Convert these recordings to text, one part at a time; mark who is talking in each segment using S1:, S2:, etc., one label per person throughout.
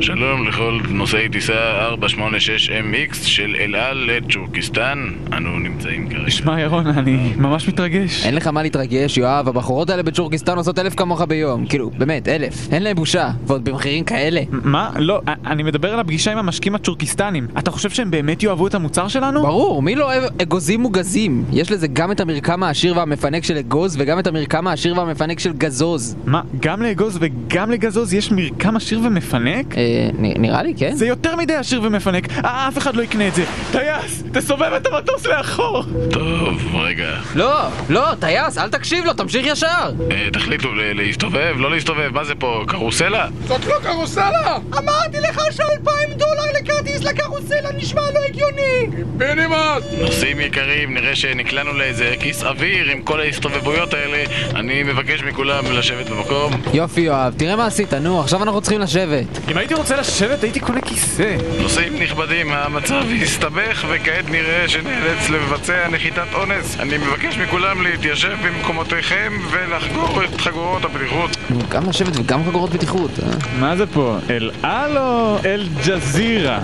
S1: שלום לכל נוסעי טיסה 486MX של אל על לצ'ורקיסטן, אנו נמצאים כרגע.
S2: שמע ירון, אני ממש מתרגש.
S3: אין לך מה להתרגש, יואב, הבחורות האלה בצ'ורקיסטן עושות אלף כמוך ביום. כאילו, באמת, אלף. אין להם בושה. ועוד במחירים כאלה.
S2: מה? לא, א- אני מדבר על הפגישה עם המשקים הצ'ורקיסטנים. אתה חושב שהם באמת יאהבו את המוצר שלנו?
S3: ברור, מי לא אוהב אגוזים מוגזים? יש לזה גם את המרקם העשיר והמפנק של אגוז, וגם את המרקם העשיר והמפנק של גזוז.
S2: מה, גם לאגוז וגם לגזוז יש מרקם עשיר ומפנק?
S3: אה, נ- נראה לי, כן?
S2: זה יותר מדי עשיר ומפנק, אה, אף אחד לא יקנה את זה. טייס, תסובב את המטוס לאחור!
S1: טוב, רגע.
S3: לא, לא, טייס, אל תקשיב לו, תמשיך ישר!
S1: אה, תחליטו, ל- להסתובב, לא להסתובב, מה זה פה, קרוסלה?
S4: זאת לא קרוסלה! אמרתי לך שאלפיים דולר לכרטיס לקרוסלה נשמע לא הגיוני! פינימוס!
S1: נוסעים יקרים, נראה שנקלענו לאיזה כיס אוויר עם כל ההסתובבויות האלה. אני מבקש מכולם לשבת במקום.
S3: יופי, יואב, תראה מה עשית, נו, עכשיו אנחנו צריכים לשבת.
S2: אם הייתי רוצה לשבת, הייתי קונה כיסא.
S1: נוסעים נכבדים, המצב הסתבך וכעת נראה שנאלץ לבצע נחיתת אונס. אני מבקש מכולם להתיישב במקומותיכם ולחגור את חגורות הבטיחות.
S3: נו, גם לשבת וגם חגורות בטיחות, אה?
S2: מה זה פה, אל על או אל ג'זירה?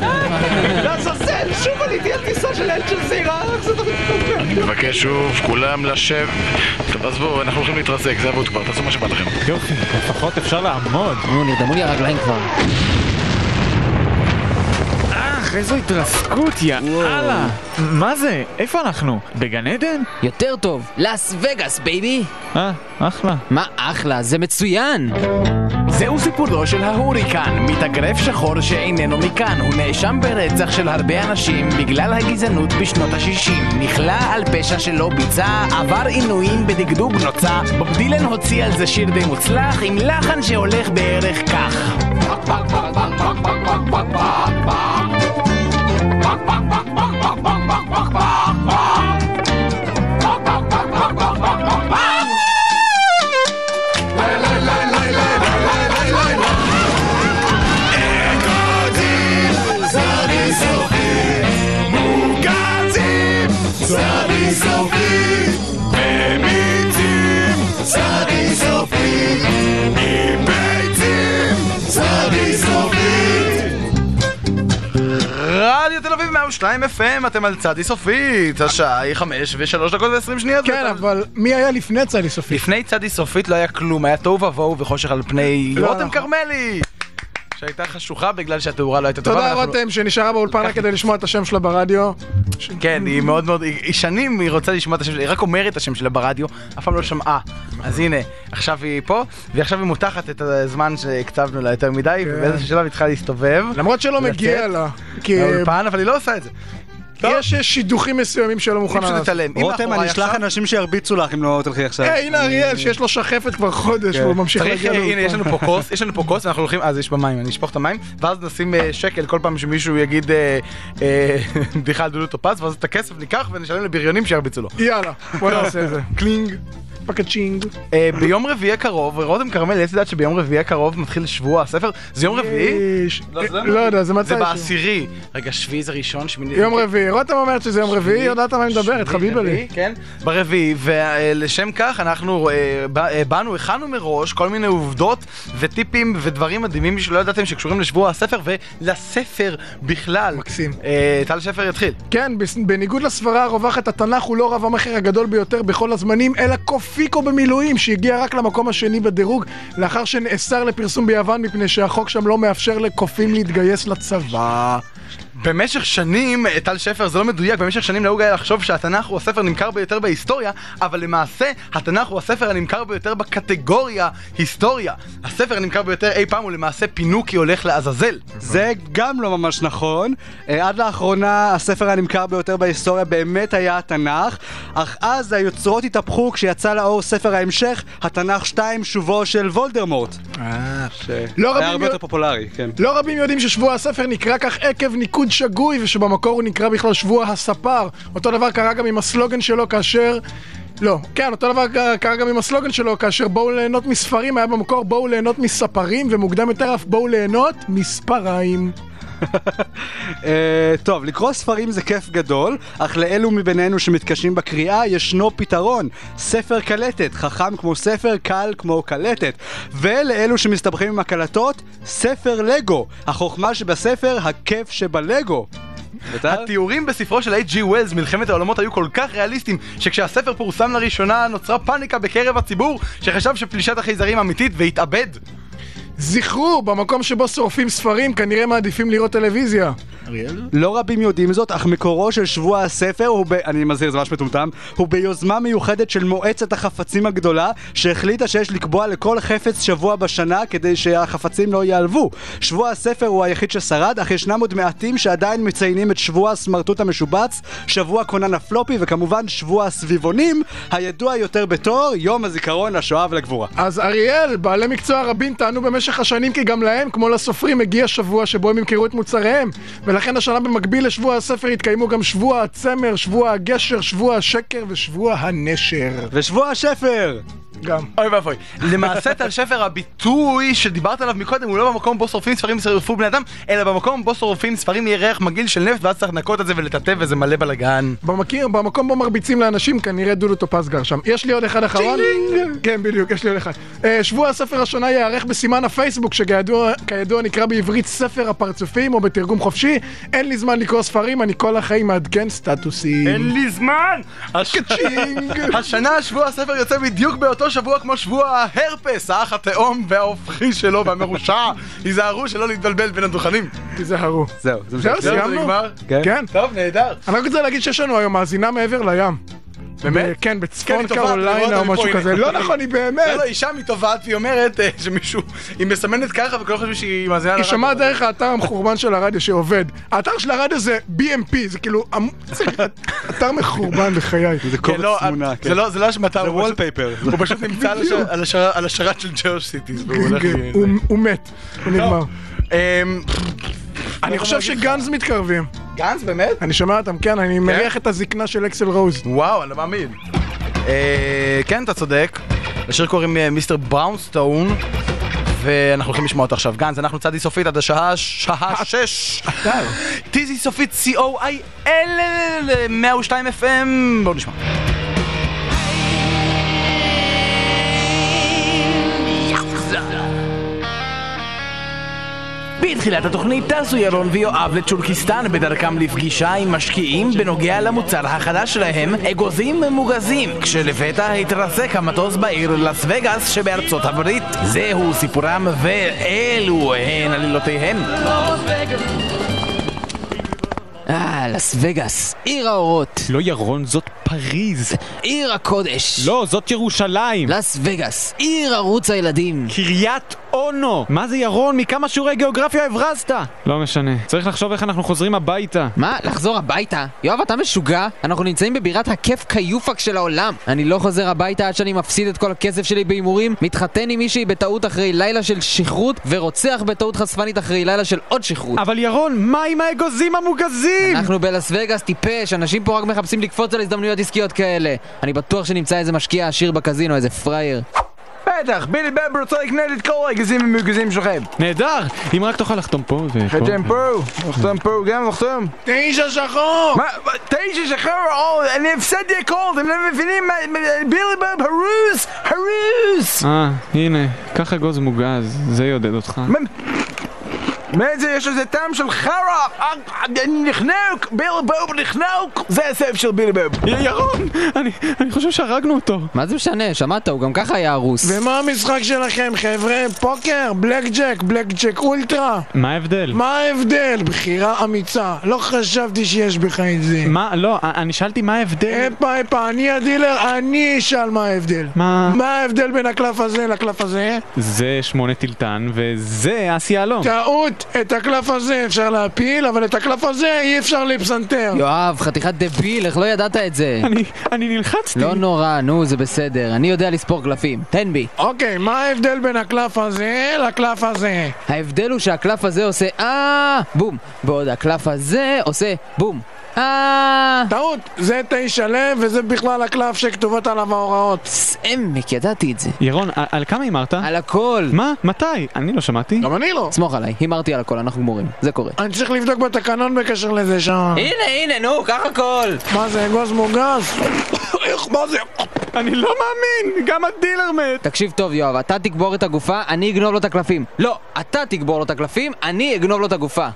S4: לעזאזל, שוב עליתי על טיסה של אל ג'זירה, איך זה דבר כזה?
S1: אני מבקש שוב, כולם לשב... טוב, עזבו, אנחנו הולכים להתרסק, זה אבוד כבר, תעשו מה שבא לכם.
S2: יופי, לפחות אפשר לעמוד.
S3: נו, נרדמו לי הרגליים כבר.
S2: אך, איזו התרסקות, יא אללה. מה זה? איפה אנחנו? בגן עדן?
S3: יותר טוב, לאס וגאס, בייבי!
S2: אה, אחלה.
S3: מה אחלה, זה מצוין!
S5: זהו סיפורו של ההוריקן, מתאגרף שחור שאיננו מכאן. הוא נאשם ברצח של הרבה אנשים בגלל הגזענות בשנות ה-60. נכלא על פשע שלא ביצע, עבר עינויים בדגדוג נוצה. בוב דילן הוציא על זה שיר די מוצלח, עם לחן שהולך בערך כך.
S4: רדיו תל אביב 102 FM, אתם על צדי סופית, השעה היא 5 ו-3 דקות ו-20 שניות.
S6: כן, אבל מי היה לפני צדי סופית?
S4: לפני צדי סופית לא היה כלום, היה תוהו ובוהו וחושך על פני
S6: לא,
S4: רותם
S6: נכון.
S4: כרמלי! שהייתה חשוכה בגלל שהתאורה לא הייתה טובה.
S6: תודה
S4: ואנחנו-
S6: רותם שנשארה באולפנה כדי לשמוע את השם שלה ברדיו.
S4: כן, היא מאוד מאוד, היא היא שנים היא רוצה לשמוע את השם שלה, היא רק אומרת את השם שלה ברדיו, אף פעם לא שמעה. אז הנה, עכשיו היא פה, ועכשיו היא מותחת את הזמן שהקצבנו לה יותר מדי,
S6: כן.
S4: ובאיזשהו שלב היא צריכה להסתובב
S6: למרות שלא מגיע
S4: לצאת?
S6: לה. כי
S4: לאולפן, אבל היא לא עושה את זה.
S6: יש שידוכים מסוימים שלא
S4: היא
S6: מוכנה
S4: פשוט
S6: לעשות.
S4: תתעלם. היא
S7: רותם,
S4: מאחוריי
S7: אני אשלח
S4: עכשיו.
S7: אנשים שירביצו לך אם לא תלכי עכשיו.
S6: היי, הנה אריאל שיש לו שחפת כבר חודש והוא ממשיך
S4: צריך,
S6: להגיע
S4: אה, הנה, יש לנו
S6: לאולפן.
S4: פה כוס, יש לנו פה כוס, אנחנו הולכים, אז יש במים, אני אשפוך את המים, ואז נשים אה, שקל כל פעם שמישהו יגיד אה, אה, בדיחה על דודו טופז, ואז את הכסף ניקח ונשלם לבריונים שירביצו לו.
S6: יאללה, בוא נעשה את זה. קלינג, פקצ'ינג.
S4: אה, ביום רביעי הקרוב, רותם כרמל, את יודעת שביום רביעי הקרוב מתחיל שבוע הספר? זה יום רביעי?
S6: יש- לא יודע, זה
S4: זה
S6: מצא אישהו.
S4: בעשירי. רגע, שביעי זה ראשון, שמיני...
S6: יום רביעי, רותם אומרת שזה יום רביעי,
S4: שביעי,
S6: יודעת על מה היא מדברת,
S4: שביעי,
S6: חביבה לי.
S4: רביעי, כן, ברביעי, ולשם כך אנחנו אה, ב- אה, באנו, הכנו מראש כל מיני עובדות וטיפים ודברים מדהימים שלא ידעתם שקשורים לשבוע הספר ולספר בכלל.
S6: מקסים.
S4: אה, טל שפר יתחיל.
S6: כן, בס- בניגוד לסברה הרווחת, התנ"ך הוא לא רב המכר הגדול ביותר בכל הזמנים, אלא קופיקו במילואים, שהגיע רק למקום השני בדירוג, לאחר שנאסר לפרסום ביוון, מפני שהחוק שם לא מאפשר לקופים להתגייס לצבא.
S4: במשך שנים, אה, טל שפר זה לא מדויק, במשך שנים נהוג היה לחשוב שהתנ"ך הוא הספר הנמכר ביותר בהיסטוריה, אבל למעשה התנ"ך הוא הספר הנמכר ביותר בקטגוריה היסטוריה. הספר הנמכר ביותר אי פעם הוא למעשה פינוקי הולך לעזאזל.
S7: זה גם לא ממש נכון. אה, עד לאחרונה הספר הנמכר ביותר בהיסטוריה באמת היה התנ"ך, אך אז היוצרות התהפכו כשיצא לאור ספר ההמשך, התנ"ך 2, שובו של וולדרמורט.
S6: לא
S7: היה
S6: רבים,
S7: הרבה
S6: יו-
S7: יותר פופולרי, כן.
S6: לא רבים יודעים ששבוע הספר נקרא כך עקב ניקוד שגוי, ושבמקור הוא נקרא בכלל שבוע הספר. אותו דבר קרה גם עם הסלוגן שלו כאשר... לא. כן, אותו דבר ק- קרה גם עם הסלוגן שלו, כאשר בואו ליהנות מספרים, היה במקור בואו ליהנות מספרים, ומוקדם יותר אף בואו ליהנות מספריים.
S7: אה, טוב, לקרוא ספרים זה כיף גדול, אך לאלו מבינינו שמתקשים בקריאה ישנו פתרון. ספר קלטת, חכם כמו ספר, קל כמו קלטת. ולאלו שמסתבכים עם הקלטות, ספר לגו. החוכמה שבספר, הכיף שבלגו. בית"ר?
S4: התיאורים בספרו של אייג'י ווילס, מלחמת העולמות, היו כל כך ריאליסטיים, שכשהספר פורסם לראשונה נוצרה פאניקה בקרב הציבור, שחשב שפלישת החייזרים אמיתית והתאבד.
S6: זכרו, במקום שבו שורפים ספרים, כנראה מעדיפים לראות טלוויזיה.
S7: לא רבים יודעים זאת, אך מקורו של שבוע הספר הוא ב... אני מזהיר, זה ממש מטומטם. הוא ביוזמה מיוחדת של מועצת החפצים הגדולה, שהחליטה שיש לקבוע לכל חפץ שבוע בשנה כדי שהחפצים לא ייעלבו. שבוע הספר הוא היחיד ששרד, אך ישנם עוד מעטים שעדיין מציינים את שבוע הסמרטוט המשובץ, שבוע קונן הפלופי, וכמובן שבוע הסביבונים, הידוע יותר בתור יום הזיכרון לשואה ולגבורה.
S6: אז אריאל, בעלי מקצוע רבים טענו במשך השנים כי גם להם, כמו לסופרים, הגיע שבוע שבו הם ימכרו את מוצריהם. ולכן השנה במקביל לשבוע הספר התקיימו גם שבוע הצמר, שבוע הגשר, שבוע השקר ושבוע הנשר.
S7: ושבוע השפר!
S6: גם.
S4: אוי ואבוי. למעשה טל שפר הביטוי שדיברת עליו מקודם הוא לא במקום בו שורפים ספרים שרפו בני אדם, אלא במקום בו שורפים ספרים יהיה ריח מגעיל של נפט ואז צריך לנקות את זה ולטאטא וזה מלא בלאגן.
S6: במקיר, במקום בו מרביצים לאנשים, כנראה דודו טופז גר שם. יש לי עוד אחד אחרון. כן, בדיוק, יש לי עוד אחד. אה, שבוע הספר השנה ייערך בסימן הפייסבוק, שכידוע כידוע נקרא בעברית ספר הפרצופים, או בתרגום חופשי. אין לי זמן לקרוא ספרים, אני כל החיים מעדכן סטטוסים.
S4: אין לי זמן! הש-
S6: צ'ינג.
S4: השנה שבוע הספר יוצא בדיוק באותו שבוע כמו שבוע ההרפס, האח התאום וההופכי שלו והמרושע. היזהרו שלא להתבלבל בין הדוכנים.
S6: תיזהרו.
S7: זהו, זה מה
S6: זהו,
S7: שיש לי.
S4: זהו, זה
S6: סיימנו?
S4: נגמר?
S7: כן.
S6: כן.
S4: טוב, נהדר.
S6: אני רק רוצה להגיד שיש לנו היום מאזינה מעבר לים.
S4: באמת?
S6: כן,
S4: כן,
S6: בצפון
S4: היא טובעת, אני רואה
S6: קרוליינה
S4: אותה
S6: או
S4: מפה,
S6: משהו
S4: הנה.
S6: כזה. לא נכון, היא באמת.
S4: לא, לא, אישה מתובעת, והיא אומרת אה, שמישהו, היא מסמנת ככה וכולם חושבים שהיא מאזינה
S6: היא
S4: לרדיו.
S6: שומעת דרך האתר המחורבן של הרדיו שעובד. האתר של הרדיו זה BMP, זה כאילו... אמ- זה אתר מחורבן בחיי.
S7: זה
S4: כן,
S7: קובץ
S4: לא,
S7: תמונה,
S4: את-
S7: כן.
S4: זה לא- זה לא אשמתה,
S7: זה
S4: הוא פשוט-
S7: wallpaper.
S4: הוא פשוט נמצא על הש-
S6: בדיוק.
S4: על הש- על השרת של ג'ורג' סיטיס, והוא הולך...
S6: כן,
S4: לי-
S6: הוא- הוא מת, הוא נגמר.
S4: אמ,
S6: לא, אני חושב שגאנז מתקרבים.
S4: גנץ, באמת?
S6: אני שומע אותם, כן, אני מריח את הזקנה של אקסל רוז.
S4: וואו, אני לא מאמין. אה, כן, אתה צודק. לשיר קוראים אה, מיסטר בראונסטון. ואנחנו הולכים לשמוע אותו עכשיו. גנץ, אנחנו צדי סופית עד השעה שעה
S6: אה,
S4: שש. טיזי סופית co.il 102 FM. בואו נשמע.
S8: בתחילת התוכנית טסו ירון ויואב לצ'ורקיסטן בדרכם לפגישה עם משקיעים בנוגע למוצר החדש שלהם, אגוזים מוגזים, כשלפתע התרסק המטוס בעיר לס וגאס שבארצות הברית. זהו סיפורם ואלו הן עלילותיהם.
S3: אה, לס וגאס, עיר האורות,
S2: לא ירון, זאת פריז.
S3: עיר הקודש.
S2: לא, זאת ירושלים.
S5: לא-
S3: לס וגאס, עיר ערוץ הילדים.
S2: קריית אונו! מה זה ירון? מכמה שיעורי גיאוגרפיה הברזת? לא משנה. צריך לחשוב איך אנחנו חוזרים הביתה.
S3: מה? לחזור הביתה? יואב, אתה משוגע? אנחנו נמצאים בבירת הכיף כיופק של העולם. אני לא חוזר הביתה עד שאני מפסיד את כל הכסף שלי בהימורים, מתחתן עם מישהי בטעות אחרי לילה של שכרות, ורוצח בטעות חשפנית אחרי לילה של עוד שכרות.
S2: אבל ירון, מה עם האגוזים המוגזים?
S3: אנחנו בלאס וגאס טיפש, אנשים פה רק מחפשים לקפוץ על הזדמנויות עסקיות כאלה. אני בטוח שנמצא איזה משקיע עשיר בקזינו, איזה פראייר.
S8: בטח, בילי בן רוצה לקנות את כל האגזים המוגזים שלכם.
S2: נהדר! אם רק תוכל לחתום פה ופה.
S8: פה, נחתום פה, גם נחתום.
S6: תשע שחור!
S8: מה? מה, תשע שחרר, או, אני הפסדתי הכל, אתם לא מבינים? מה- מה- בילי בן הרוס, הרוס!
S2: אה, הנה, קח אגוז מוגז, זה יעודד אותך.
S8: מאיזה יש לזה טעם של חרא? אה, אני נחנוק, בילי בוב נחנוק! זה הסף של בילי בוב.
S2: ירון! אני, אני חושב שהרגנו אותו.
S3: מה זה משנה? שמעת, הוא גם ככה היה הרוס.
S6: ומה המשחק שלכם, חבר'ה? פוקר, בלק ג'ק, בלק ג'ק אולטרה.
S2: מה ההבדל?
S6: מה ההבדל? בחירה אמיצה. לא חשבתי שיש בך את זה.
S2: מה? לא, אני שאלתי מה ההבדל.
S6: הפה, הפה, אני הדילר, אני אשאל מה ההבדל.
S2: מה?
S6: מה ההבדל בין הקלף הזה לקלף הזה?
S2: זה שמונה טילטן, וזה אס יהלום.
S6: טעות, את הקלף הזה אפשר להפיל, אבל את הקלף הזה אי אפשר לפסנתר.
S3: יואב, חתיכת דביל, איך לא ידעת את זה?
S2: אני, אני נלחצתי.
S3: לא נורא, נו, זה בסדר. אני יודע לספור קלפים. תן בי.
S6: אוקיי, מה ההבדל בין הקלף הזה לקלף הזה?
S3: ההבדל הוא שהקלף הזה עושה אה... בום. בעוד הקלף הזה עושה בום. אה...
S6: טעות, זה תשע לב וזה בכלל הקלף שכתובות עליו ההוראות.
S3: סעמק, ידעתי את זה.
S2: ירון, על על כמה הימרת?
S3: על הכל!
S2: מה? מתי? אני לא שמעתי.
S6: גם אני לא.
S3: סמוך עליי, הימרתי על הכל, אנחנו גמורים, זה קורה.
S6: אני צריך לבדוק בתקנון בקשר לזה שם.
S2: אה.
S3: הנה, הנה, נו, קח הכל!
S6: מה זה, אגוז מוגז? איך, מה זה?
S2: אני לא מאמין! גם הדילר מת!
S3: תקשיב טוב, יואב, אתה תקבור את הגופה, אני אגנוב לו את הקלפים. לא, אתה תקבור לו את הקלפים, אני אגנוב לו את הגופה.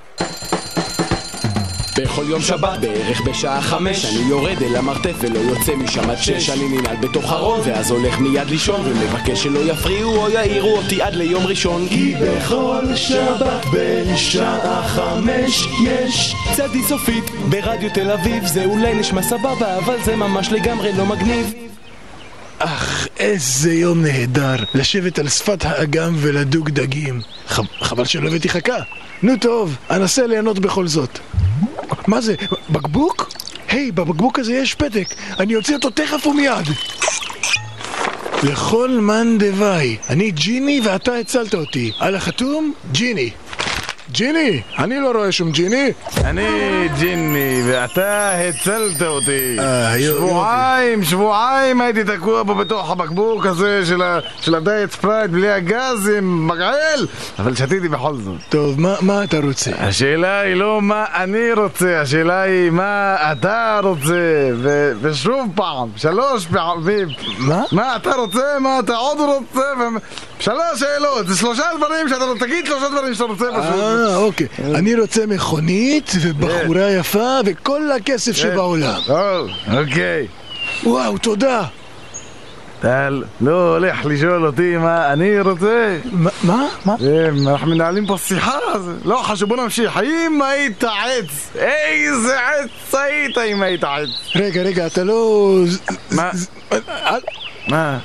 S9: בכל יום שבת בערך בשעה חמש אני יורד אל המרתף ולא יוצא משם עד שש אני ננעל בתוך ארון ואז הולך מיד לישון ומבקש שלא יפריעו או יעירו אותי עד ליום ראשון כי בכל שבת בשעה חמש יש צדי סופית ברדיו תל אביב זה אולי נשמע סבבה אבל זה ממש לגמרי לא מגניב
S6: אך, איזה יום נהדר, לשבת על שפת האגם ולדוג דגים. ח- חבל שלא הבאתי חכה. נו טוב, אנסה ליהנות בכל זאת. מה זה, בקבוק? היי, בבקבוק הזה יש פתק, אני אוציא אותו תכף ומיד. לכל מאן דבעי, אני ג'יני ואתה הצלת אותי. על החתום, ג'יני. ג'יני, אני לא רואה שום ג'יני.
S8: אני ג'יני, ואתה הצלת אותי.
S6: אה, יופי.
S8: שבועיים, שבועיים הייתי תקוע פה בתוך הבקבוק הזה של ה- של הדיאט ספרייט בלי הגז עם מגעאל, אבל שתיתי בכל זאת.
S6: טוב, מה, מה אתה רוצה?
S8: השאלה היא לא מה אני רוצה, השאלה היא מה אתה רוצה, ו- ושוב פעם, שלוש פעמים.
S6: מה?
S8: מה אתה רוצה, מה אתה עוד רוצה, ו- שלוש שאלות, זה שלושה דברים שאתה רוצה, תגיד שלושה דברים שאתה רוצה פשוט.
S6: אה, אוקיי. אני רוצה מכונית ובחורה יפה וכל הכסף
S8: אה.
S6: שבעולם.
S8: טוב, אוקיי.
S6: וואו, תודה.
S8: אתה לא הולך לשאול אותי מה אני רוצה?
S6: מה? מה? מה?
S8: אה, אנחנו מנהלים פה שיחה, אז לא חשוב, בוא נמשיך. האם היית עץ? איזה עץ היית אם היית עץ?
S6: רגע, רגע, אתה לא...
S8: מה?
S6: אל-
S8: מה?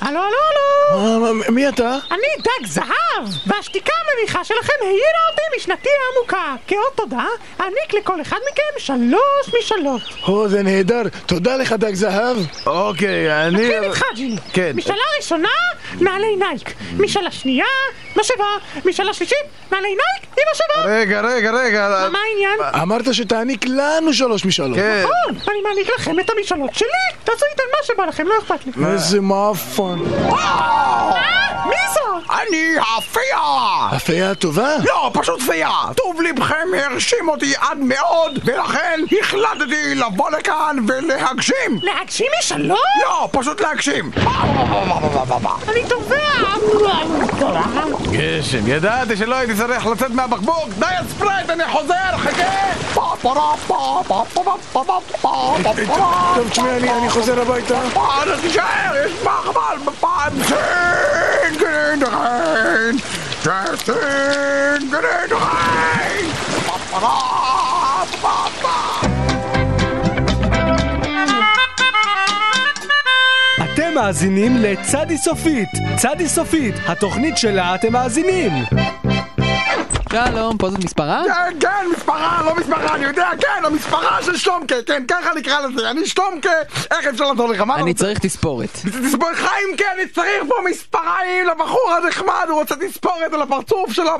S10: הלו, הלו, הלו!
S6: מה, מה, מי אתה?
S10: אני דג זהב! והשתיקה המביכה שלכם העירה אותי משנתי העמוקה. כאות תודה, אעניק לכל אחד מכם שלוש משאלות.
S6: הו, זה נהדר. תודה לך, דג זהב.
S8: אוקיי, אני...
S10: נתחיל איתך, ג'יני.
S8: כן.
S10: משאלה ראשונה, נעלי נייק. משאלה שנייה, משאבה. משאלה שלישית, נעלי נייק עם משאבה.
S8: רגע, רגע, רגע.
S10: מה העניין?
S6: אמרת שתעניק לנו שלוש משאלות.
S8: כן.
S10: נכון, אני מעניק לכם את המשאלות שלי! תעשו איתן מה שבא לכם, לא אכפת לי.
S6: איזה מאפן.
S10: מי זאת?
S8: אני הפיע!
S6: הפייה טובה?
S8: לא, פשוט פיע! טוב לבכם הרשים אותי עד מאוד, ולכן החלטתי לבוא לכאן ולהגשים!
S10: להגשים משאלות?
S8: לא, פשוט להגשים!
S10: אני תובע!
S8: גשם, ידעתי שלא לא הייתי צריך לצאת מהבקבוק! די הספרייט, אני חוזר, חכה! פה, פה, פה, פה, פה, פה, פה, פה, פה, פה, פה.
S6: טוב, תשמע, אני אני חוזר הביתה.
S8: פה, אז תישאר, יש מחבל בפעם שין, גרין, גרין, שין, גרין, גרין. פה, פה, פה, פה.
S11: אתם מאזינים לצדי סופית. צדי סופית, התוכנית שלה אתם מאזינים.
S3: שלום, פה זאת מספרה?
S8: כן, כן, מספרה, לא מספרה, אני יודע, כן, המספרה של שלומקה, כן, ככה נקרא לזה, אני שלומקה, איך אפשר לעזור לך, מה? לא?
S3: אני צריך תספורת.
S8: תספור חיים, כן, אני צריך פה מספריים לבחור הנחמד, הוא רוצה תספורת על הפרצוף שלו.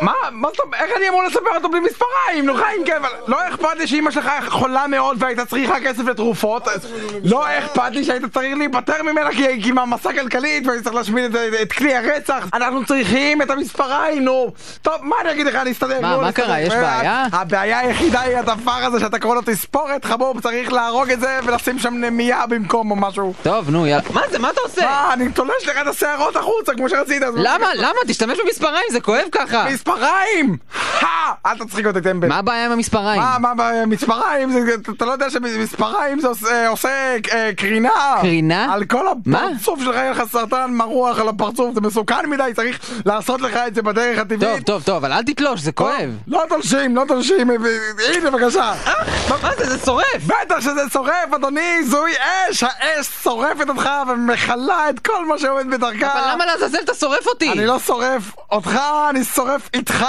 S8: מה? מה זאת אומרת? איך אני אמור לספר אותו בלי מספריים? נו חיים, כן, אבל לא אכפת לי שאימא שלך חולה מאוד והייתה צריכה כסף לתרופות, אז לא אכפת לי שהיית צריך להיפטר ממנה כי היא עם מעמסה כלכלית והייתי צריך להשמיד את- את כלי הרצח. אנחנו צריכים את המספריים, נו. טוב, מה אני אגיד לך, אני אסתדר.
S3: מה,
S8: נו,
S3: מה
S8: נסתדר.
S3: קרה? יש
S8: אה,
S3: בעיה?
S8: הבעיה היחידה היא הדבר הזה שאתה קורא לו תספורת, חבוב, צריך להרוג את זה ולשים שם נמייה במקום או משהו.
S3: טוב, נו, יאללה. מה זה? מה אתה עושה?
S8: מה, אני תולש לך את השערות החוצה כמו שרצית. אז-
S3: אה. למה? למה? תשתמש במספריים, זה כואב ככה.
S8: מספריים! הא! אל תצחיק אותי טמבל.
S3: מה הבעיה עם המספריים?
S8: מה, מה, מה, מספריים? זה- אתה- אתה לא יודע שמספריים זה עושה- אה, עושה אה, קרינה.
S3: קרינה?
S8: על כל
S3: מה?
S8: הפרצוף שלך יהיה לך סרטן מרוח על הפרצוף, זה מסוכן מדי, צריך לעשות לך את זה בדרך הטבעית.
S3: טוב, טוב, טוב, אבל אל תתלוש, זה כואב.
S8: לא תולשים, לא תולשים, אה, אה, הנה בבקשה.
S3: מה זה? זה שורף!
S8: בטח שזה שורף, אדוני, זוהי אש, האש שורפת אותך ומכלה את כל מה שעומד בדרכה. לא
S3: אבל למה לעזאזל אתה שורף אותי?
S8: אני לא שורף אותך, אני שורף איתך,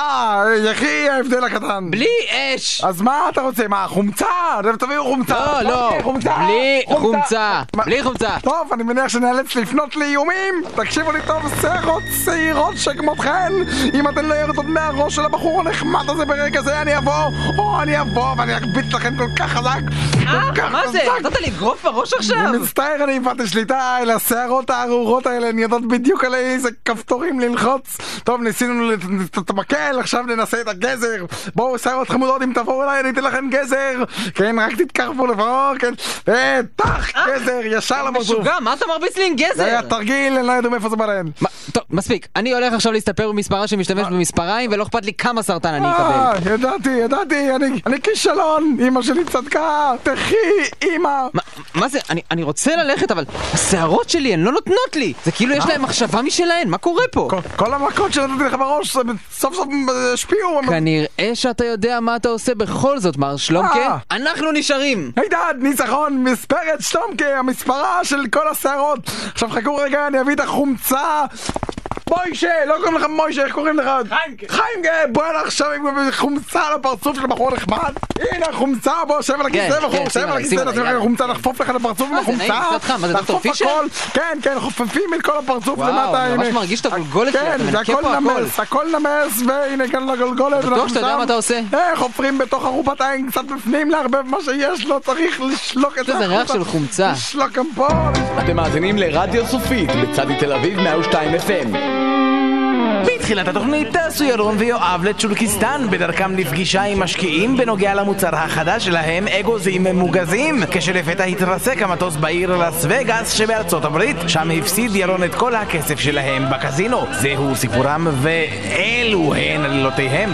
S8: תחי ההבדל הקטן.
S3: בלי אש!
S8: אז מה אתה רוצה? מה, חומצה? אתם תביאו חומצה.
S3: לא, לא.
S8: אוקיי, חומצה.
S3: בלי חומצה.
S8: מה-
S3: בלי חומצה.
S8: טוב, אני מניח שניאלץ לפנות לאיומים! תקשיבו לי טוב, שערות שעירות שכמותכן! אם אתן לא יורדות מהראש של הבחור הנחמד הזה ברגע זה, אני אבוא! או, אני אבוא, ואני ארביץ לכם כל כך חזק! כל כך
S3: אה? מה זה?
S8: חזק!
S3: נתת לי אגרוף בראש עכשיו?
S8: אני מצטער, אני איבדתי שליטה, אלה השערות הארורות האלה, הן יודעות בדיוק על איזה כפתורים ללחוץ. טוב, ניסינו לת- לת- את המקל, עכשיו ננסה את הגזר. בואו, שערות חמודות, אם תבואו אליי, אני אתן לכם גזר. כן, רק תתקרבו לבואו, כן. אה, טח, גזר, ישר למרצוף.
S3: משוגע, מה אתה מרביץ לי עם גזר?
S8: זה היה תרגיל, הם לא ידעו מאיפה זה בא להם.
S3: מה- טוב, מספיק. אני הולך עכשיו להסתפר במספרה שמשתמש במספריים, ולא אכפת לי כמה סרטן אני אקבל.
S8: אה, ידעתי, ידעתי, אני- אני כישלון, אמא שלי צדקה, תחי, אמא.
S3: מה- מה זה? אני- אני רוצה ללכת, אבל השערות שלי הן לא נותנות לי! זה כאילו יש להן מחשבה משלהן, מה קורה פה?
S8: אה. כל- כל המכות שנתתי לך בראש, הם סוף סוף אה, השפיעו. הם-
S3: כנראה שאתה יודע מה אתה עושה בכל זאת, מר
S8: אה.
S3: שלומקה. אנחנו נשארים!
S8: הידד, ניצחון, מספרת שלומקה, המספרה של כל השערות. עכשיו חכו רגע, אני אביא את החומצה. מוישה, לא קוראים לך מוישה, איך קוראים לך? חיימקה. חיימקה, בוא אל עכשיו עם חומצה על הפרצוף של הבחור נחמד. הנה החומצה, בוא, שב על
S3: כן,
S8: הכיסא,
S3: כן,
S8: בחור,
S3: שים
S8: שב על
S3: עליי,
S8: הכיסא,
S3: שים
S8: נשים
S3: עליי,
S8: לך
S3: יאללה.
S8: חומצה, נחפוף לך את הפרצוף עם
S3: מה, זה נעים
S8: החומצה.
S3: קצת חם, מה, זה דוקטור
S8: נחפוף
S3: פישר?
S8: הכל. כן, כן, חופפים את כל הפרצוף
S3: וואו,
S8: למטה.
S3: אני ממש
S8: הנה.
S3: מרגיש את הגולגולת שלי,
S8: כן,
S3: אתה
S8: זה
S3: מנקה
S8: הכל
S3: פה הכל.
S8: נמס, הכל נמס, והנה כאן לגולגולת.
S3: בטוח שאתה יודע
S8: אנחנו
S3: מה אתה
S8: שם.
S3: עושה?
S8: אה, חופרים בתוך ארובת העין קצת בפנים, לערבב מה שיש לו, צריך לשלוק את
S3: יש לזה ריח של חומצה.
S8: לשלוק גם פה.
S9: אתם מאזינים לרדיו סופית בצדי תל אביב 102 FM
S5: בתחילת התוכנית טסו ירון ויואב לצ'ולקיסטן בדרכם לפגישה עם משקיעים בנוגע למוצר החדש שלהם, אגוזים מוגזים. כשלפתע התרסק המטוס בעיר לס וגאס שבארצות הברית, שם הפסיד ירון את כל הכסף שלהם בקזינו. זהו סיפורם ואלו הן עלילותיהם.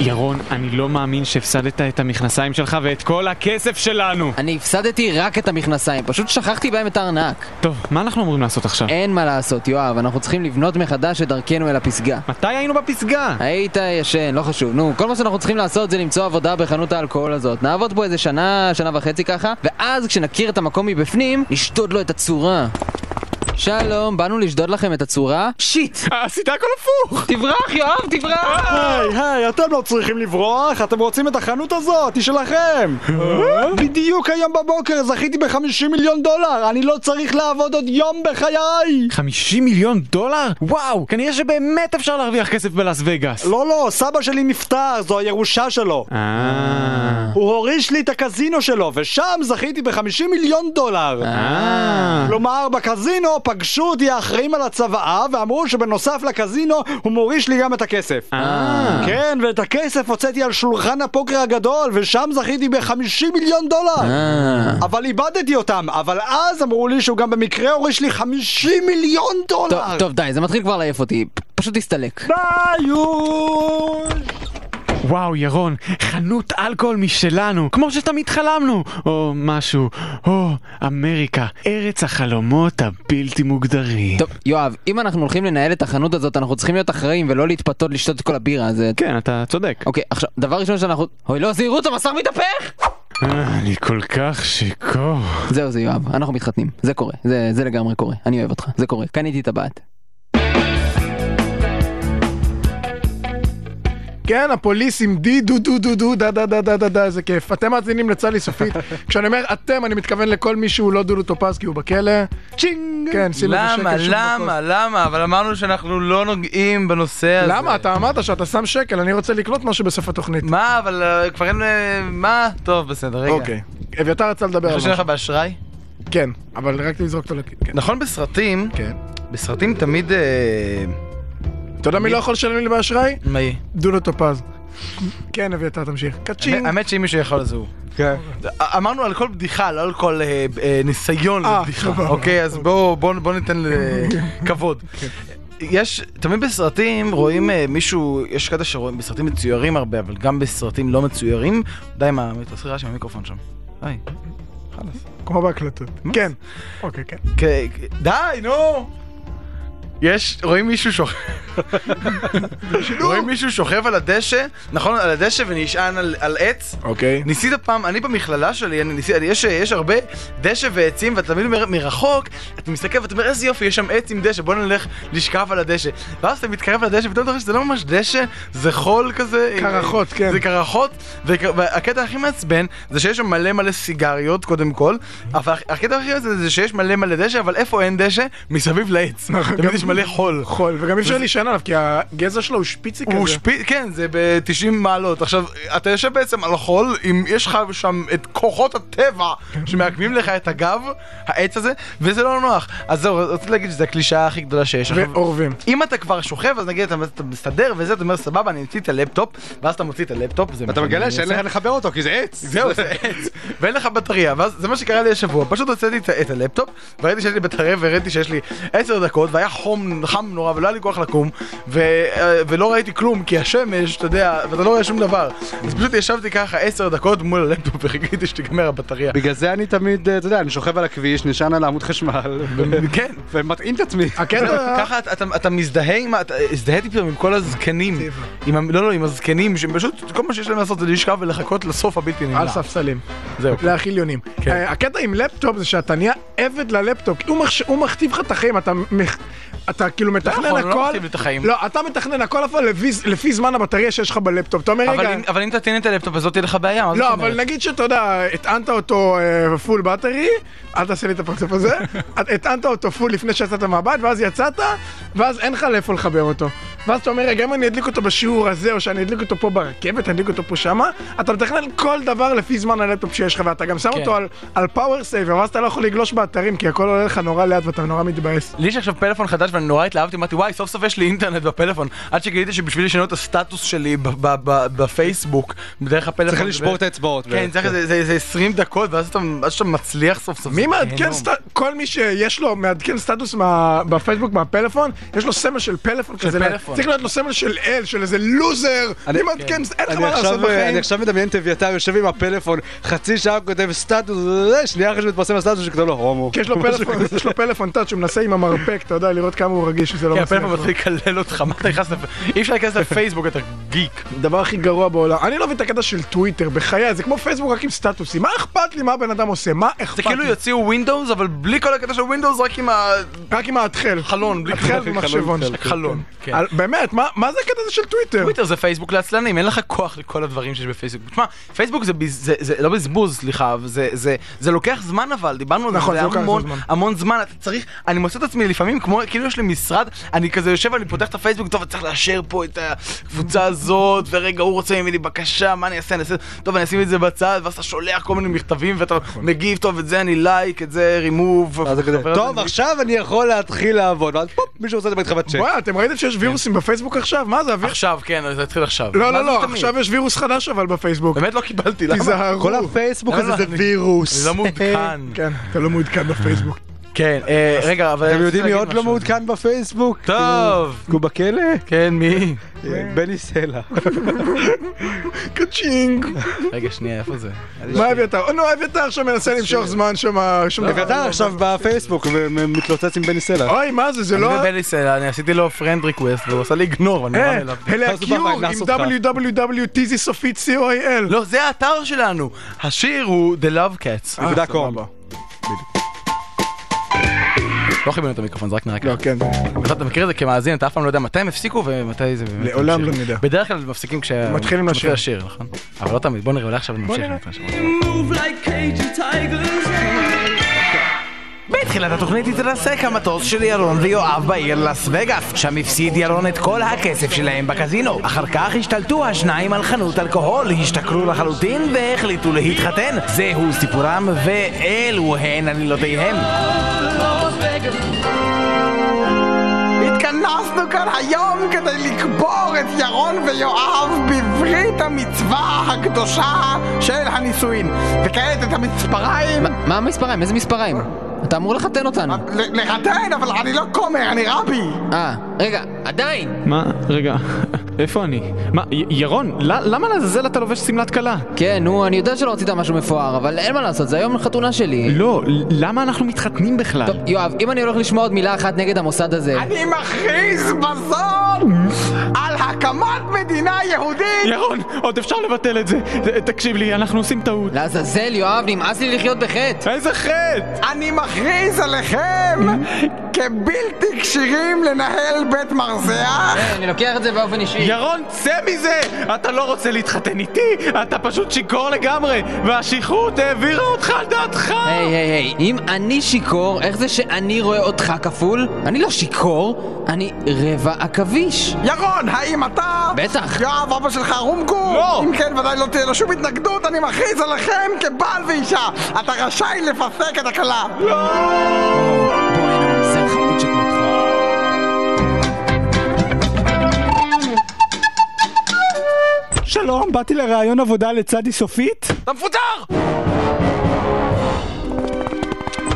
S2: ירון, אני לא מאמין שהפסדת את המכנסיים שלך ואת כל הכסף שלנו!
S3: אני הפסדתי רק את המכנסיים, פשוט שכחתי בהם את הארנק.
S2: טוב, מה אנחנו אמורים לעשות עכשיו?
S3: אין מה לעשות, יואב, אנחנו צריכים לבנות מחדש את דרכנו אל הפסגה.
S2: מתי היינו בפסגה?
S3: היית ישן, לא חשוב. נו, כל מה שאנחנו צריכים לעשות זה למצוא עבודה בחנות האלכוהול הזאת. נעבוד פה איזה שנה, שנה וחצי ככה, ואז כשנכיר את המקום מבפנים, נשדוד לו את הצורה. שלום, באנו לשדוד לכם את הצורה? שיט!
S2: עשית הכל הפוך!
S3: תברח, יואב, תברח!
S12: היי, היי, אתם לא צריכים לברוח, אתם רוצים את החנות הזאת, היא שלכם! בדיוק היום בבוקר זכיתי ב-50 מיליון דולר, אני לא צריך לעבוד עוד יום בחיי!
S2: 50 מיליון דולר? וואו! כנראה שבאמת אפשר להרוויח כסף בלאס וגאס.
S12: לא, לא, סבא שלי נפטר, זו הירושה שלו.
S2: אה...
S12: הוא הוריש לי את הקזינו שלו, ושם זכיתי ב-50 מיליון דולר.
S2: אה...
S12: כלומר, בקזינו פגשו אותי האחראים על הצוואה, ואמרו שבנוסף לקזינו הוא מוריש לי גם את הכסף.
S2: אה...
S12: כן, ואת הכסף הוצאתי על שולחן הפוקר הגדול, ושם זכיתי ב-50 מיליון דולר!
S3: אה.
S12: אבל איבדתי אותם, אבל אז אמרו לי שהוא גם במקרה הוריש לי 50 מיליון
S3: טוב,
S12: דולר!
S3: טוב, די, זה מתחיל כבר לעייף אותי. פ- פשוט תסתלק.
S12: ביי!
S2: וואו, ירון, חנות אלכוהול משלנו, כמו שתמיד חלמנו, או משהו. או, אמריקה, ארץ החלומות הבלתי מוגדרים.
S3: טוב, יואב, אם אנחנו הולכים לנהל את החנות הזאת, אנחנו צריכים להיות אחראים ולא להתפתות לשתות את כל הבירה, אז... אה,
S2: כן, אתה צודק.
S3: אוקיי, עכשיו, דבר ראשון שאנחנו... אוי, לא, זהירות, המסך מתהפך!
S2: אה, אני כל כך שיכור.
S3: זהו זה יואב, אנחנו מתחתנים, זה קורה, זה, זה לגמרי קורה, אני אוהב אותך, זה קורה, קניתי טבעת.
S6: כן, הפוליסים, די דו דו דו דו דה דה דה דה דה דה, איזה כיף. אתם מאזינים לצלי סופית. כשאני אומר אתם, אני מתכוון לכל מי שהוא לא דודו טופז כי הוא בכלא. צ'ינג! כן, שים לב
S4: למה,
S6: לשקל שהוא
S4: למה, למה? אבל אמרנו שאנחנו לא נוגעים בנושא הזה.
S6: למה? אתה אמרת שאתה שם שקל, אני רוצה לקלוט משהו בסוף התוכנית.
S4: מה, אבל אה, כבר אין... אה, מה? טוב, בסדר, רגע.
S6: אוקיי. אביתר רצה לדבר על
S4: אני חושב
S6: משהו.
S4: לך באשראי?
S6: כן, אבל רק לזרוק אותו לקיד. כן.
S4: נכון בסרטים,
S6: כן.
S4: בסרטים תמיד... אה,
S6: אתה יודע מי לא יכול לשלם לי באשראי?
S4: מה יהיה?
S6: דודו טופז. כן, אביתר, תמשיך. קצ'ינג.
S4: האמת שאם מישהו יכול אז הוא.
S6: כן.
S4: אמרנו על כל בדיחה, לא על כל אה, אה, ניסיון
S6: אה,
S4: לבדיחה.
S6: סבבה.
S4: אוקיי, אז בואו בואו- בואו ניתן ל- כבוד. יש, תמיד בסרטים רואים אה, מישהו, יש כאלה שרואים בסרטים מצוירים הרבה, אבל גם בסרטים לא מצוירים, די עם המתעשירה של המיקרופון שם. די.
S6: כמו בהקלטות. כן. אוקיי, כן.
S4: כ- כ- די, נו! יש, רואים מישהו שוכב... רואים מישהו שוכב על הדשא, נכון, על הדשא ונשען על, על עץ.
S6: אוקיי.
S4: ניסית פעם, אני במכללה שלי, אני ניסי, אני- יש, יש הרבה דשא ועצים, ואתה תמיד מר, מרחוק, אתה מסתכל ואתה אומר, איזה יופי, יש שם עץ עם דשא, בוא נלך לשכב על הדשא. ואז אתה מתקרב לדשא, ופתאום אתה חושב שזה לא ממש דשא, זה חול כזה. עם-
S6: קרחות, כן.
S4: זה קרחות, וכ- והקטע הכי מעצבן זה שיש שם מלא מלא סיגריות, קודם כל, אבל הקטע הכי מעצבן זה שיש מלא מלא דשא, אבל איפה אין דשא? מסביב לעץ. תמיד יש מלא חול.
S6: נכון, חול, וגם אי אפשר להישען עליו, כי הגזע שלו הוא שפיצי
S4: הוא
S6: כזה.
S4: שפיץ, כן, זה ב-90 מעלות. עכשיו, אתה יושב בעצם על חול, אם יש לך שם את כוחות הטבע שמעקמים לך את הגב, העץ הזה, וזה לא נוח. אז זהו, רציתי להגיד שזו הקלישאה הכי גדולה שיש. עכשיו,
S6: ואורבים.
S4: אם אתה כבר שוכב, אז נגיד אתה- אתה מסתדר וזה, אתה אומר סבבה, אני אמציא את הלפטופ, ואז אתה מוציא את הלפטופ, זה מה
S7: אתה
S4: שאני
S7: מגלה שאין
S4: עושה.
S7: לך לחבר אותו, כי זה עץ.
S4: זהו, זה עץ, ואין לך בטריה, ואז זה מה שקרה לי השבוע, פשוט הוצאתי את- את הלפטופ, וראיתי שיש לי בטריה, וראיתי שיש לי עשר דקות, והיה חום, חם נורא, ולא היה לי כוח לקום, ו- אה, ולא ראיתי כלום, כי השמש, אתה יודע, ואתה לא רואה שום דבר. אז פשוט ישבתי ככה עשר דקות מול הלפטופ, וחיכיתי שתיגמר הבטריה.
S7: בגלל זה אני תמיד, אה, אתה יודע, אני שוכב על הכביש, נשען על עמוד חשמל, ו-
S4: כן.
S7: ומטעין את עצמי.
S6: הקטע...
S4: ככה אתה- אתה- אתה מזדהה עם, ה- אתה- הזדהיתי פתאום עם כל הזקנים, עם ה- לא לא, עם הזקנים, שהם פשוט, כל מה שיש להם לעשות זה לשכב ולחכות לסוף הבלתי נמנע.
S6: על ספסלים.
S4: זהו.
S6: להחיליונים.
S4: כן.
S6: אה, הקטע עם לפטופ זה שאתה נהיה עבד ללפטופ, כי הוא מחש- הוא מכתיב לך את החיים, אתה... מח- אתה כאילו מתכנן
S4: נכון,
S6: הכל,
S4: הוא לא מכתיב את החיים.
S6: לא, אתה מתכנן הכל אבל לפי, לפי זמן הבטריה שיש לך בלפטופ, אתה אומר
S4: אבל
S6: רגע,
S4: אם- אבל אם תתן את הלפטופ אז לא תהיה לך בעיה, מה זאת
S6: לא
S4: אומרת?
S6: אבל נגיד שאתה יודע, הטענת אותו פול בטרי, אל תעשה לי את הפרצוף הזה, הטענת אותו פול לפני שיצאת מהבית, ואז יצאת, ואז אין לך לאיפה לחבר אותו. ואז אתה אומר, רגע, אם אני אדליק אותו בשיעור הזה, או שאני אדליק אותו פה ברכבת, אני אדליק אותו פה שמה, אתה מתכנן כל דבר לפי זמן הלפטופ שיש לך, ואתה גם שם
S4: כן.
S6: אותו על- על פאוור סייבר, ואז אתה לא יכול לגלוש באתרים, כי הכל עולה לך נורא לאט ואתה נורא מתבאס.
S4: לי יש עכשיו פלאפון חדש ואני נורא התלהבתי, אמרתי וואי סוף סוף יש לי אינטרנט בפלאפון עד שגיליתי שבשביל לשנות את הסטטוס שלי ב- ב- ב- בפייסבוק דרך הפלאפון
S7: צריך
S4: זה
S7: לשבור
S4: בערך-
S7: את האצבעות.
S4: כן, צריך איזה- איזה איזה 20 דקות ואז אתה- עד שאתה מצליח סוף סוף
S6: מי כן,
S4: זה
S6: מעדכן
S4: גיהנום. כן,
S6: סטטוס, כל מי שיש לו מעדכן סטטוס מה- בפייסבוק מהפלאפון, יש לו סמל של פלאפון כזה,
S4: פלאפון.
S6: צריך להיות לו סמל של אל, של איזה לוזר, מי מעדכן, כן, אין לך
S7: אני
S6: מה לעשות
S7: עכשיו, אה, אני
S6: בחיים.
S7: עכשיו מדמיין את אביתר יושב עם הפלאפון, חצי שעה הוא כותב סטטוס, אה, שנייה אחרי שמתפרסם הסטטוס שכתוב לו הומו.
S6: כי יש לו פלאפון, יש לו פלאפון טאץ', הוא מנסה עם המרפק, אתה יודע, לראות כמה הוא רגיש, שזה לא
S4: כן,
S6: מצליח.
S4: הפלאפון מתחיל לקלל אותך, מה אתה נכנס לפ- אי אפשר להיכנס לפייסבוק אתה גיק.
S6: הדבר הכי גרוע בעולם. אני לא מבין את הקטע של טוויטר, בחיי, זה כמו פייסבוק רק עם סטטוסים. מה אכפת לי מה הבן אדם עושה? מה
S4: זה
S6: אכפת
S4: כאילו
S6: לי?
S4: יוציאו ווינדוס אבל בלי כל הקטע של ווינדוס רק עם ה-
S6: רק עם האתחל.
S4: חלון, בלי
S6: אתחל ומחשבון.
S4: חלון. כן.
S6: על- באמת, מה מה זה הקטע הזה של טוויטר?
S4: טוויטר זה פייסבוק לעצלנים, אין לך כוח לכל הדברים שיש בפייסבוק. תשמע, פייסבוק זה, ביז, זה, זה לא בזבוז, סליחה, אבל זה, זה, זה לוקח זמן אבל, דיברנו על
S6: נכון,
S4: זה,
S6: זה לוקח
S4: המון,
S6: זמן.
S4: המון זמן, אתה צריך, אני מוצא את עצמי לפעמים כמו, כאילו יש לי משרד, אני כזה יושב, אני פותח את הפייסבוק, טוב, אני צריך לאשר פה את הקבוצה הזאת, ורגע, הוא רוצה ממני בקשה, מה אני אעשה, אני אעשה, טוב, אני אשים את זה בצד, ואז אתה שולח כל מיני מכתבים, ואתה מגיב, טוב, את זה אני לייק, את זה רימוב,
S7: אז זה כזה,
S4: חבר
S7: טוב,
S4: הזה-
S7: עכשיו אני יכול להתחיל לעבוד, ואז פופ, מישהו רוצה לדבר איתך בצ'אט.
S6: וואי, אתם ראיתם שיש וירוסים בפייסבוק עכשיו? מה זה הווירוס?
S4: עכשיו, כן, אז תתחיל עכשיו.
S6: לא,
S4: מה
S6: לא,
S4: זה
S6: לא,
S4: תמיד?
S6: עכשיו יש וירוס חדש אבל בפייסבוק.
S4: באמת לא קיבלתי, למה?
S6: תיזהרו.
S7: כל הפייסבוק
S4: למה
S7: הזה
S4: לא?
S7: זה
S4: אני-
S7: וירוס.
S4: אני לא מעודכן.
S6: כן, אתה לא מעודכן בפייסבוק.
S4: כן, אה, רגע, אבל...
S7: אתם
S4: רציתי
S7: יודעים מי
S4: להגיד
S7: עוד לא
S4: משהו.
S7: מעודכן בפייסבוק? כאילו,
S4: טוב.
S7: הוא בכלא?
S4: כן, מי?
S7: בני סלע.
S6: קצ'ינג.
S4: רגע, שנייה, איפה זה?
S6: מה אביתר? נו, אביתר עכשיו מנסה למשוך זמן שם, שום דבר.
S7: אביתר עכשיו בפייסבוק
S6: אה,
S7: ומתלוצץ עם בני סלע.
S6: אוי, מה זה, זה
S4: אני
S6: לא...
S4: בבליסל, אני עשיתי לו פרנד ריקווסט והוא עשה לי איגנור, ואני
S6: אה,
S4: רב אליו.
S6: אלה
S7: אז הוא בא
S6: הקיור
S7: ואנס
S6: עם
S7: אותך.
S6: www.tzsופית.co.il.
S4: לא, זה האתר שלנו. השיר הוא The Love Cats.
S7: נקודה קום.
S4: לא חיבינו את המיקרופון, זה רק נראה ככה.
S6: לא, כן,
S4: אתה מכיר את זה כמאזין, אתה אף פעם לא יודע מתי הם הפסיקו ומתי זה באמת...
S6: לעולם
S4: ממשיך.
S6: לא נדע.
S4: בדרך כלל מפסיקים כש...
S6: מתחילים
S4: כשמתחיל
S6: לשיר.
S4: השיר, נכון? אבל לא תמיד, בוא נראה, אולי עכשיו נמשיך.
S5: בתחילת התוכנית התרסק המטוס של ירון ויואב בעיר לס וגאס, שם הפסיד ירון את כל הכסף שלהם בקזינו. אחר כך השתלטו השניים על חנות אלכוהול, השתכרו לחלוטין והחליטו להתחתן. זהו סיפורם ואלו הן עלילותיהם.
S8: התכנסנו כאן היום כדי לקבור את ירון ויואב בברית המצווה הקדושה של הנישואין. וכעת את המצפריים
S3: מה המספריים? איזה מספריים? אתה אתה אמור לחתן אותנו.
S8: לחתן, אבל אני לא כומר, אני רבי!
S3: אה, רגע, עדיין!
S2: מה? רגע, איפה אני? מה, י- ירון, ל- למה לעזאזל אתה לובש שמלת כלה?
S3: כן, נו, אני יודע שלא רצית משהו מפואר, אבל אין מה לעשות, זה היום חתונה שלי.
S2: לא, למה אנחנו מתחתנים בכלל?
S3: טוב, יואב, אם אני הולך לשמוע עוד מילה אחת נגד המוסד הזה...
S8: אני מכריז בזאת על הקמת מדינה יהודית!
S2: ירון, עוד אפשר לבטל את זה. ת- תקשיב לי, אנחנו עושים טעות.
S3: לעזאזל, יואב, נמאס לי לחיות
S8: אה.
S3: בחטא!
S2: איזה חטא!
S8: אני מכריז עליכם כבלתי כשירים לנהל בית מרזח!
S3: אה, אני לוקח את זה באופן אישי.
S2: ירון, צא מזה! אתה לא רוצה להתחתן איתי, אתה פשוט שיכור לגמרי, והשכרות העבירה אותך על דעתך!
S3: היי, היי, היי, אם אני שיכור, איך זה שאני רואה אותך כפול? אני לא שיכור, אני רבע עכביש.
S8: ירון, האם אתה...
S3: בטח.
S8: יואב, אבא שלך רומגו?
S2: לא.
S8: אם כן, ודאי לא תהיה לו שום התנגדות, אני מכריז עליכם כבעל ואישה! אתה רשאי לפסק את הכלה!
S3: בוא הנה, ממזר חמוד שכמותך.
S11: שלום, באתי לראיון עבודה לצדי סופית?
S8: אתה מפוטר!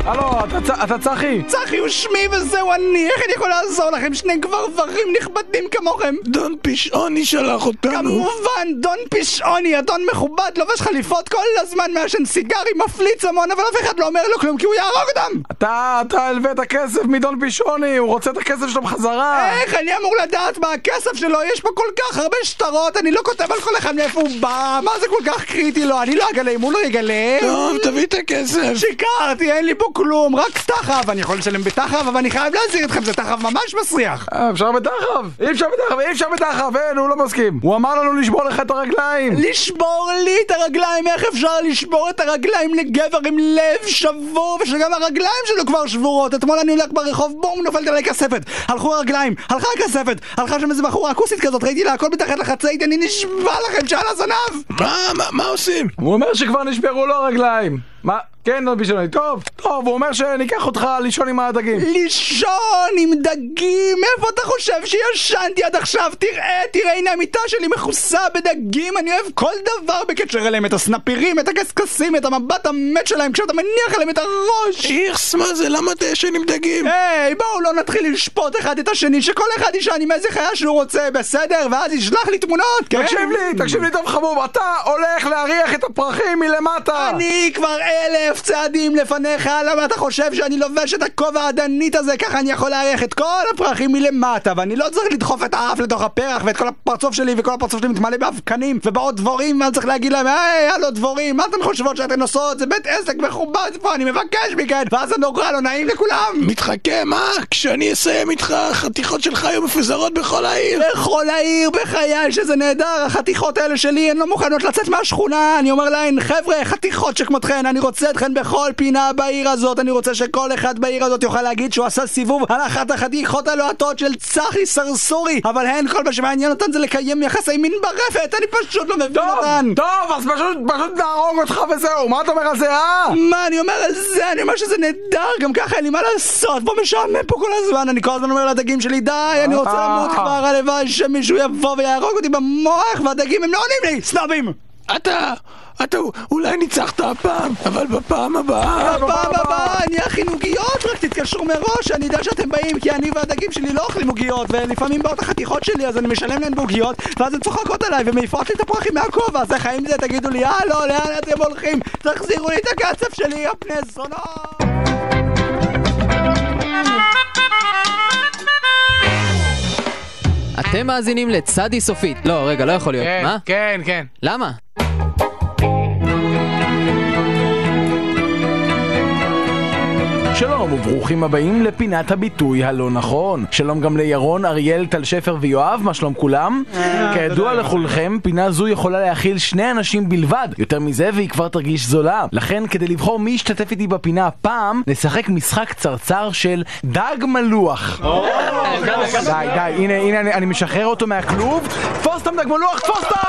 S8: הלו, אתה צ- אתה צחי?
S11: צחי הוא שמי וזהו אני, איך אני יכול לעזור לכם? שני גברברים נכבדים כמוכם!
S6: דון פשעוני שלח אותנו.
S11: כמובן, דון פשעוני, אדון מכובד, לובש חליפות כל הזמן, מעשן סיגרים, מפליץ המון, אבל אף אחד לא אומר לו כלום כי הוא יהרוג אותם!
S8: אתה, אתה הלווית כסף מדון פישוני, הוא רוצה את הכסף שלו בחזרה!
S11: איך אני אמור לדעת מה הכסף שלו? יש פה כל כך הרבה שטרות, אני לא כותב על כל אחד מאיפה הוא בא, מה זה כל כך קריטי לו? אני לא אגלה אם הוא לא יגלה.
S6: דון, תביא את הכסף.
S11: שיקרתי, אין לי פה כלום, רק סטחב, אני יכול לשלם בטחב, אבל אני חייב להזהיר אתכם, זה טחב ממש מסריח.
S8: אה, אפשר בדחף! אי אפשר בדחף, אי אפשר בדחף, אין, הוא לא מסכים! הוא אמר לנו לשבור לך את הרגליים!
S11: לשבור לי את הרגליים, איך אפשר לשבור את הרגליים לגבר עם לב שבור ושגם הרגליים שלו כבר שבורות? אתמול אני הולך ברחוב, בום, נופלת עליי כספת. הלכו הרגליים, הלכה הכספת, הלכה שם איזה בחורה אקוסית כזאת, ראיתי לה הכל מתחת לחצאית, אני נשבע לכם שעל הזנב!
S6: מה, מה- מה עושים?
S8: הוא אומר שכבר נשברו לו הרגליים! מה? כן, דון פישוני, טוב, טוב, הוא אומר שניקח אותך לישון עם הדגים!
S11: לישון עם דגים, איפה אתה חושב שישנתי עד עכשיו? תראה, תראה, הנה המיטה שלי מכוסה בדגים, אני אוהב כל דבר בקשר אליהם, את הסנפירים, את הקשקשים, את המבט המת שלהם, כשאתה מניח עליהם את הראש!
S6: איכס, מה זה? למה אתה ישן עם דגים?
S11: היי, בואו לא נתחיל לשפוט אחד את השני, שכל אחד ישן עם איזה חיה שהוא רוצה, בסדר? ואז ישלח לי תמונות, כן?
S8: תקשיב
S6: Mm.
S8: לי, תקשיב לי טוב חבוב, אתה הולך להריח את הפרחים מלמטה!
S11: אני כבר אלף צעדים לפניך, למה אתה חושב שאני לובש את הכובע הדנית הזה? ככה אני יכול להריח את כל הפרחים מלמטה, ואני לא צריך לדחוף את האף לתוך הפרח, ואת כל הפרצוף שלי, וכל הפרצוף שלי מתמלא באבקנים, ובעוד דבורים, ואני צריך להגיד להם, היי, הלו דבורים, מה אתן חושבות שאתן עושות? זה בית עסק מכובד פה, אני מבקש מכן! ואז זה נורא לא נעים לכולם!
S6: מתחכה, מה? כשאני אסיים איתך, החתיכות שלך היו מפוזרות בכל העיר.
S11: בכל העיר, בחיי, שזה נהדר, החתיכות האלה שלי הן לא מוכנות לצאת מהשכונה, אני אומר להן, חבר'ה, חתיכות שכמותכן, אני רוצה אתכן בכל פינה בעיר הזאת, אני רוצה שכל אחד בעיר הזאת יוכל להגיד שהוא עשה סיבוב על אחת החתיכות הלוהטות של צחי סרסורי, אבל הן, כל מה שמעניין אותן זה לקיים יחסי מין ברפת, אני פשוט לא מבין
S8: טוב,
S11: אותן!
S8: טוב, אז פשוט, פשוט נהרוג אותך וזהו, מה אתה אומר על זה, אה?
S11: מה אני אומר על זה? אני אומר שזה נהדר, גם ככה אין לי מה לעשות, פה משעמם פה כל הזמן, אני כל הזמן אומר לדגים שלי, די, אני רוצה למות כבר, הלוואי שמישהו יבוא ויהרוג אותי במוח, והדגים הם לא עונים לי, סנובים!
S6: אתה, אתה אולי ניצחת הפעם, אבל בפעם הבאה...
S11: בפעם הבאה אני אכין עוגיות, רק תתקשרו מראש, אני יודע שאתם באים, כי אני והדגים שלי לא אוכלים עוגיות, ולפעמים באות החתיכות שלי, אז אני משלם להן בעוגיות, ואז הן צוחקות עליי ומעיפות לי את הפרחים מהכובע, אז איך האם זה תגידו לי, הלו, לאן אתם הולכים? תחזירו לי את הכסף שלי, יא בני זונות!
S3: אתם מאזינים לצדי סופית. לא, רגע, לא יכול להיות. מה?
S4: כן, כן.
S3: למה?
S8: שלום וברוכים הבאים לפינת הביטוי הלא נכון. שלום גם לירון, אריאל, טל שפר ויואב, מה שלום כולם? כידוע לכולכם, פינה זו יכולה להכיל שני אנשים בלבד. יותר מזה, והיא כבר תרגיש זולה. לכן, כדי לבחור מי ישתתף איתי בפינה הפעם, נשחק משחק קצרצר של דג מלוח. די, די, הנה, הנה, אני- אני משחרר אותו מהכלוב. תפוס אותם דג מלוח, תפוס אותם!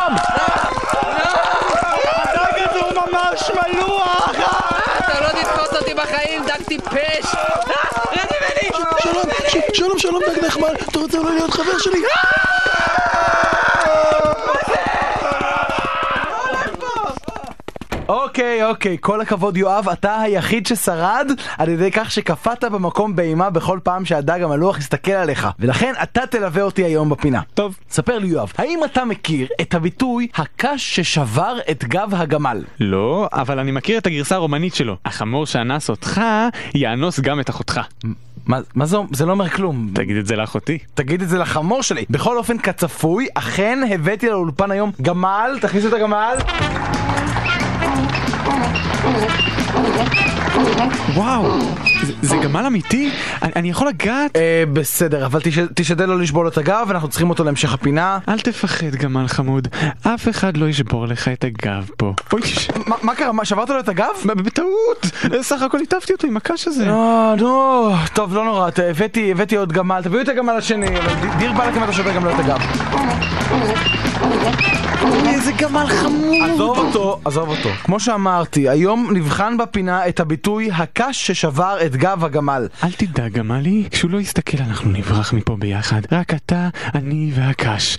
S11: הדג הזה הוא ממש מלוח!
S3: אתה לא תתפוס אותי בחיים, דג טיפש!
S6: שלום, ש- שלום, שלום, דג נחמד, אתה רוצה אולי להיות חבר שלי?
S4: אוקיי, אוקיי, כל הכבוד יואב, אתה היחיד ששרד על ידי כך שקפאת במקום באימה בכל פעם שהדג המלוח הסתכל עליך, ולכן אתה תלווה אותי היום בפינה. טוב. ספר לי יואב, האם אתה מכיר את הביטוי הקש ששבר את גב הגמל?
S2: לא, אבל אני מכיר את הגרסה הרומנית שלו. החמור שאנס אותך, יאנוס גם את אחותך.
S4: מה, מה זה, זה לא אומר כלום.
S2: תגיד את זה לאחותי.
S4: תגיד את זה לחמור שלי. בכל אופן, כצפוי, אכן הבאתי לאולפן היום גמל, תכניסו את הגמל.
S2: וואו, זה, זה גמל אמיתי? אני, אני יכול לגעת?
S4: אה, בסדר, אבל תש- תשתדל לא לשבור לו את הגב, אנחנו צריכים אותו להמשך הפינה.
S2: אל תפחד, גמל חמוד. אף אחד לא ישבור לך את הגב פה. אוי, ש-
S4: מה- מה קרה? מה, שברת לו את הגב?
S2: מה, בטעות! סך הכל הטפתי אותו עם הקש הזה.
S4: אה, נו, טוב, לא נורא, ת- הבאתי, הבאתי עוד גמל, תביאו את הגמל השני, אבל ד- דיר באלק אם אתה שובר גם לא את הגב.
S2: איזה גמל חמוד!
S4: עזוב אותו, עזוב אותו. כמו שאמרתי, היום נבחן בפינה את הביטוי הקש ששבר את גב הגמל.
S2: אל תדאג, גמלי, כשהוא לא יסתכל אנחנו נברח מפה ביחד. רק אתה, אני והקש.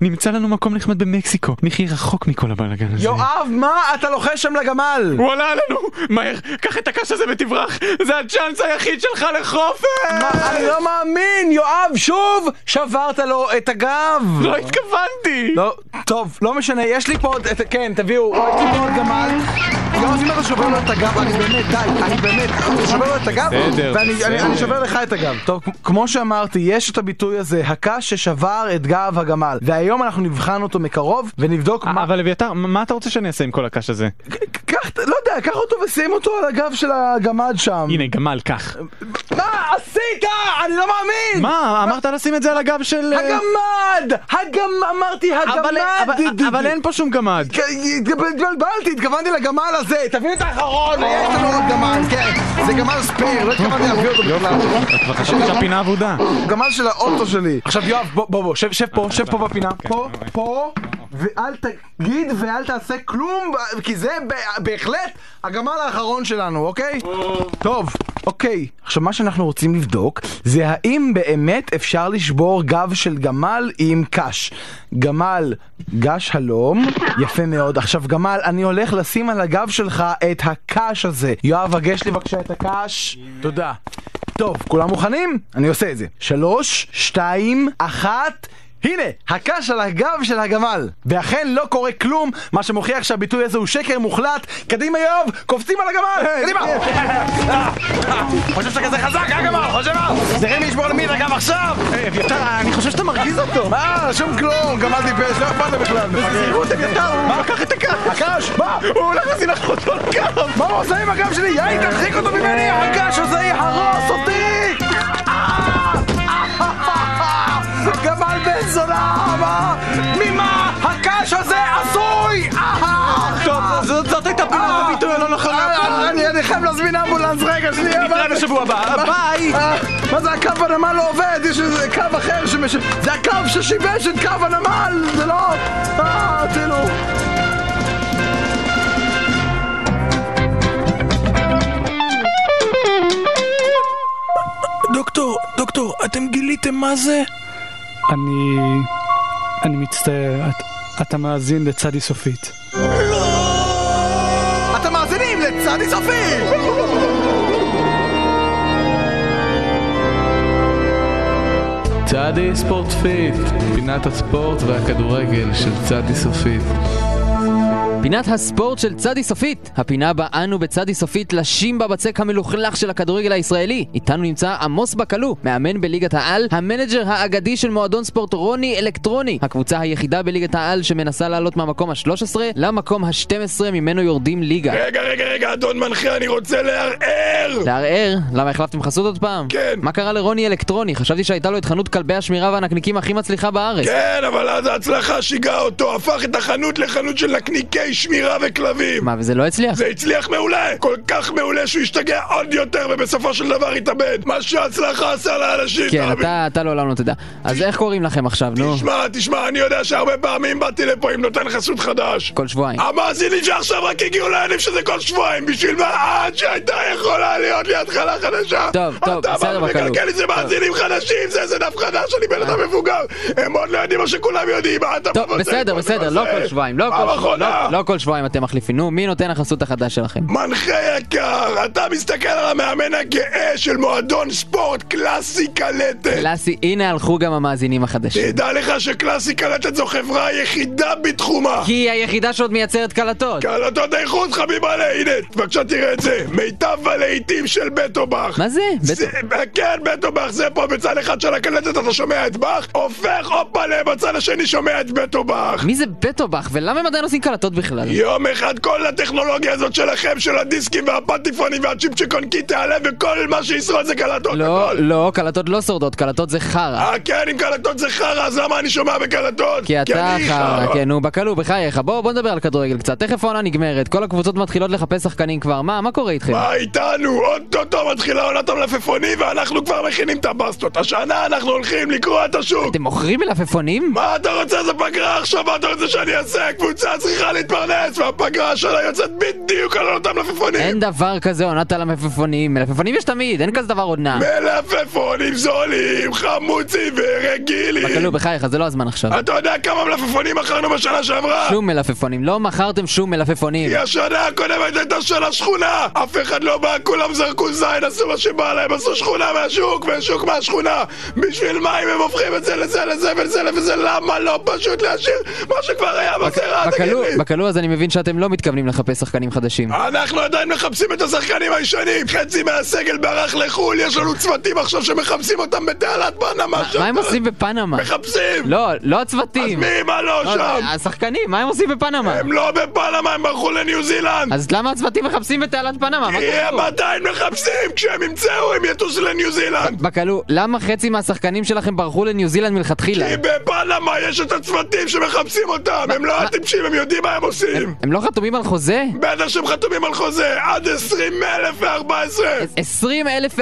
S2: נמצא לנו מקום נחמד במקסיקו, נחיה רחוק מכל הבלאגן הזה.
S4: יואב, מה אתה לוחש שם לגמל?
S2: הוא עלה עלינו! מהר, קח את הקש הזה ותברח! זה הצ'אנס היחיד שלך לחופש!
S4: מה, אני לא מאמין, יואב, שוב שברת לו את הגב.
S2: לא התכוונתי!
S4: לא, טוב, לא משנה, יש לי פה עוד, את- כן, תביאו, יש לי פה עוד גמל. יואב, אם אתה שובר לו את הגב, אני באמת, די, אני באמת, אתה שובר לו את הגב,
S2: בסדר,
S4: ואני אני-
S2: בסדר.
S4: אני שובר לך את הגב. טוב, כ- כמו שאמרתי, יש את הביטוי הזה, הקש ששבר את גב הגמל, והיום אנחנו נבחן אותו מקרוב, ונבדוק מה...
S2: אה, אבל אביתר, מה אתה רוצה שאני אעשה עם כל הקש הזה?
S4: קח, לא יודע, קח אותו ושים אותו על הגב של הגמד שם.
S2: הנה, גמל, קח.
S4: מה עשית? אני לא מאמין!
S2: מה, אמרת לשים את זה על הגב של... אה,
S4: הגמד! הגמ... אמרתי הגמד!
S2: אבל- אבל- אבל אין פה שום גמד.
S4: התבלבלתי, התכוונתי לגמל הזה, תביאו את האחרון, יש לנו עוד גמל, כן, זה גמל ספייר, לא התכוונתי להביא אותו בכלל,
S2: כבר חשבתי שהפינה אבודה.
S4: גמל של האוטו שלי. עכשיו יואב, בוא, בוא, בוא, שב שב פה, שב פה בפינה, פה, פה, ואל תגיד ואל תעשה כלום, כי זה ב- בהחלט הגמל האחרון שלנו, אוקיי? טוב, אוקיי, עכשיו מה שאנחנו רוצים לבדוק זה האם באמת אפשר לשבור גב של גמל עם קש. גמל, גש הלום, יפה מאוד. עכשיו גמל, אני הולך לשים על הגב שלך את הקש הזה. יואב, הגש לי בבקשה את הקש. תודה. טוב, כולם מוכנים? אני עושה את זה. שלוש, שתיים, אחת. הנה, הקש על הגב של הגמל. ואכן לא קורה כלום, מה שמוכיח שהביטוי הזה הוא שקר מוחלט. קדימה יואב, קופצים על הגמל! קדימה! חושב שאתה כזה חזק, אה גמר? חושב מה? זה רמי ישבור למי לגב עכשיו! אביתר, אני חושב שאתה מרגיז אותו! מה? שום כלום, גמל טיפש, לא אכפת לו בכלל. בזהירות, אביתר, הוא לקח את הקש! הקש! מה? הוא הולך לשים לך אותו על גב! מה הוא עושה עם הגב שלי? יאי, תרחיק אותו ממני! הקש הזה יהרוס אותי! גמל בן זונה! מה? ממה? הקש הזה עשוי! אה! טוב, זאת הייתה פינת הביטוי הלא נכון. נכונה. אה, אני חייב להזמין אמבולנס, רגע, שנייה. נתראה בשבוע הבא, ביי! אה, מה זה, הקו הנמל לא עובד? יש איזה קו אחר שמש... זה הקו ששיבש את קו הנמל! זה לא... אה, תראו.
S13: דוקטור, דוקטור, אתם גיליתם מה זה? אני... אני מצטער, את, אתה מאזין לצדי סופית.
S4: אתם מאזינים לצדי סופי!
S1: צעדי ספורט פיט, פינת הספורט והכדורגל של צעדי סופית.
S3: פינת הספורט של צדי סופית! הפינה בה אנו בצדי סופית לשים בבצק המלוכלך של הכדורגל הישראלי. איתנו נמצא עמוס בקלו, מאמן בליגת העל, המנג'ר האגדי של מועדון ספורט רוני אלקטרוני, הקבוצה היחידה בליגת העל שמנסה לעלות מהמקום ה-13 למקום ה-12 ממנו יורדים ליגה.
S13: רגע, רגע, רגע, אדון מנחה, אני רוצה לערער!
S3: לערער? למה החלפתם חסות עוד פעם?
S13: כן.
S3: מה קרה לרוני אלקטרוני? חשבתי שהייתה לו את חנות כלבי השמירה והנקניקים הכי מצליחה בארץ.
S13: כן, אבל אז ההצלחה שיגעה אותו, הפך את החנות לחנות של נקניקי שמירה וכלבים!
S3: מה, וזה לא הצליח?
S13: זה הצליח מעולה! כל כך מעולה שהוא השתגע עוד יותר, ובסופו של דבר התאבד! מה שההצלחה עשה לאנשים!
S3: כן,
S13: תאמין
S3: אתה, אתה לעולם לא תדע. אז איך קוראים לכם עכשיו, נו?
S13: תשמע, תשמע, אני יודע שהרבה פעמים באתי לפה עם נותן חסות חדש.
S3: כל שבועיים.
S13: המאזינים שעכשיו רק הגיעו לעניינים שזה כל שבועיים, בשביל מה עד שהייתה יכולה להיות לי התחלה חדשה?
S3: טוב, טוב, בסדר,
S13: אתה
S3: בקלות. אה.
S13: מגלגל לי זה מאזינים חדשים, זה איזה דף חדש, אני בן אדם מבוגר, הם עוד לא יודעים מה שכולם יודעים, מה אתה
S3: טוב,
S13: מבזה
S3: בסדר,
S13: כל
S3: בסדר,
S13: דבר
S3: לא
S13: זה?
S3: כל שבועיים, לא כל
S13: פעם
S3: שבועיים,
S13: אחרונה.
S3: לא- לא כל שבועיים אתם מחליפים. נו, מי נותן החסות החדש שלכם?
S13: מנחה יקר, אתה מסתכל על המאמן הגאה של מועדון ספורט קלאסי קלטת.
S3: קלאסי, הנה הלכו גם המאזינים החדשים.
S13: תדע לך שקלאסי קלטת זו חברה היחידה בתחומה.
S3: כי היא היחידה שעוד מייצרת קלטות.
S13: קלטות איכות חביב עלי, הנה, בבקשה תראה את זה. מיטב הלהיטים של בטובך.
S3: מה זה?
S13: בטובך? כן, בטובך, זה פה בצד אחד של הקלטת, אתה שומע את באך? הופך הופלה, בצד השני שומע את בטובך.
S3: מי זה בטובך? ולמה הם עדיין עושים קלטות בכלל?
S13: יום אחד כל הטכנולוגיה הזאת שלכם, של הדיסקים והפטיפונים והצ'יפצ'קונקי תיעלם וכל מה שישרוד זה קלטות.
S3: לא, לא, קלטות לא שורדות, קלטות זה חרא.
S13: אה כן, אם קלטות זה חרא, אז למה אני שומע בקלטות?
S3: כי אתה
S13: אני
S3: חרא, כן, נו, בכלוא, בחייך. בוא, בוא נדבר על כדורגל קצת. תכף העונה נגמרת, כל הקבוצות מתחילות לחפש שחקנים כבר. מה, מה קורה איתכם?
S13: מה איתנו? אוטוטו מתחילה עונת המלפפונים ואנחנו כבר מכינים את הבסטות. השנה אנחנו הולכים לקרוע את השוק. אתם
S3: מוכרים מלפפונים?
S13: מה אתה רוצה? זה פגרה עכשיו, מה אתה רוצה שאני אעשה? הקבוצה צריכה להתפרנס והפגרה שלה יוצאת בדיוק על עונת המלפפונים.
S3: אין דבר כזה עונת על המלפפונים. מלפפונים יש תמיד, אין כזה דבר עונה.
S13: מלפפונים זולים, חמוצים ורגילים.
S3: בכלוא, בחייך, זה לא הזמן עכשיו.
S13: אתה יודע כמה מלפפונים מכרנו בשנה שעברה?
S3: שום מלפפונים, לא מכרתם שום מלפפונים.
S13: כי השנה הקודמת הייתה של השכונה! אף אחד לא בא, כולם זרקו זין, עשו מה שבא להם, עשו שכונה מהשוק, והשוק מהשכונה! בשביל מה אם הם הופכים את זה לזה, לזה ולזה לזה, למה לא פשוט להשאיר מה שכבר היה בקרה, תגיד
S3: בכלוא-
S13: לי! אה,
S3: בכלוא אז אני מבין שאתם לא מתכוונים לחפש שחקנים חדשים.
S13: אנחנו עדיין מחפשים את השחקנים הישנים! חצי מהסגל ברח לחו"ל, יש לנו צוותים עכשיו שמחפשים אותם בתעלת פנמה!
S3: מה הם עושים בפנמה?
S13: מחפשים!
S3: לא, לא הצוותים. אה,
S13: אז מי, מה לא שם?
S3: השחקנים, מה הם עושים בפנמה?
S13: הם לא בפנמה, הם ברחו לניו זילנד!
S3: אז למה הצוותים מחפשים בתעלת פנמה? מה
S13: כי הם
S3: קשור?
S13: עדיין מחפשים! כשהם ימצאו, הם יטוסו לניו זילנד!
S3: בכלוא, למה חצי מהשחקנים שלכם ברחו לניו זילנד מלכתחילה?
S13: כי בפנמה יש את הצוותים שמחפשים אותם, הם לא הטיפשים, הם יודעים מה הם עושים.
S3: הם לא חתומים על חוזה?
S13: בטח שהם חתומים על חוזה, עד 20,014!
S3: 20,014.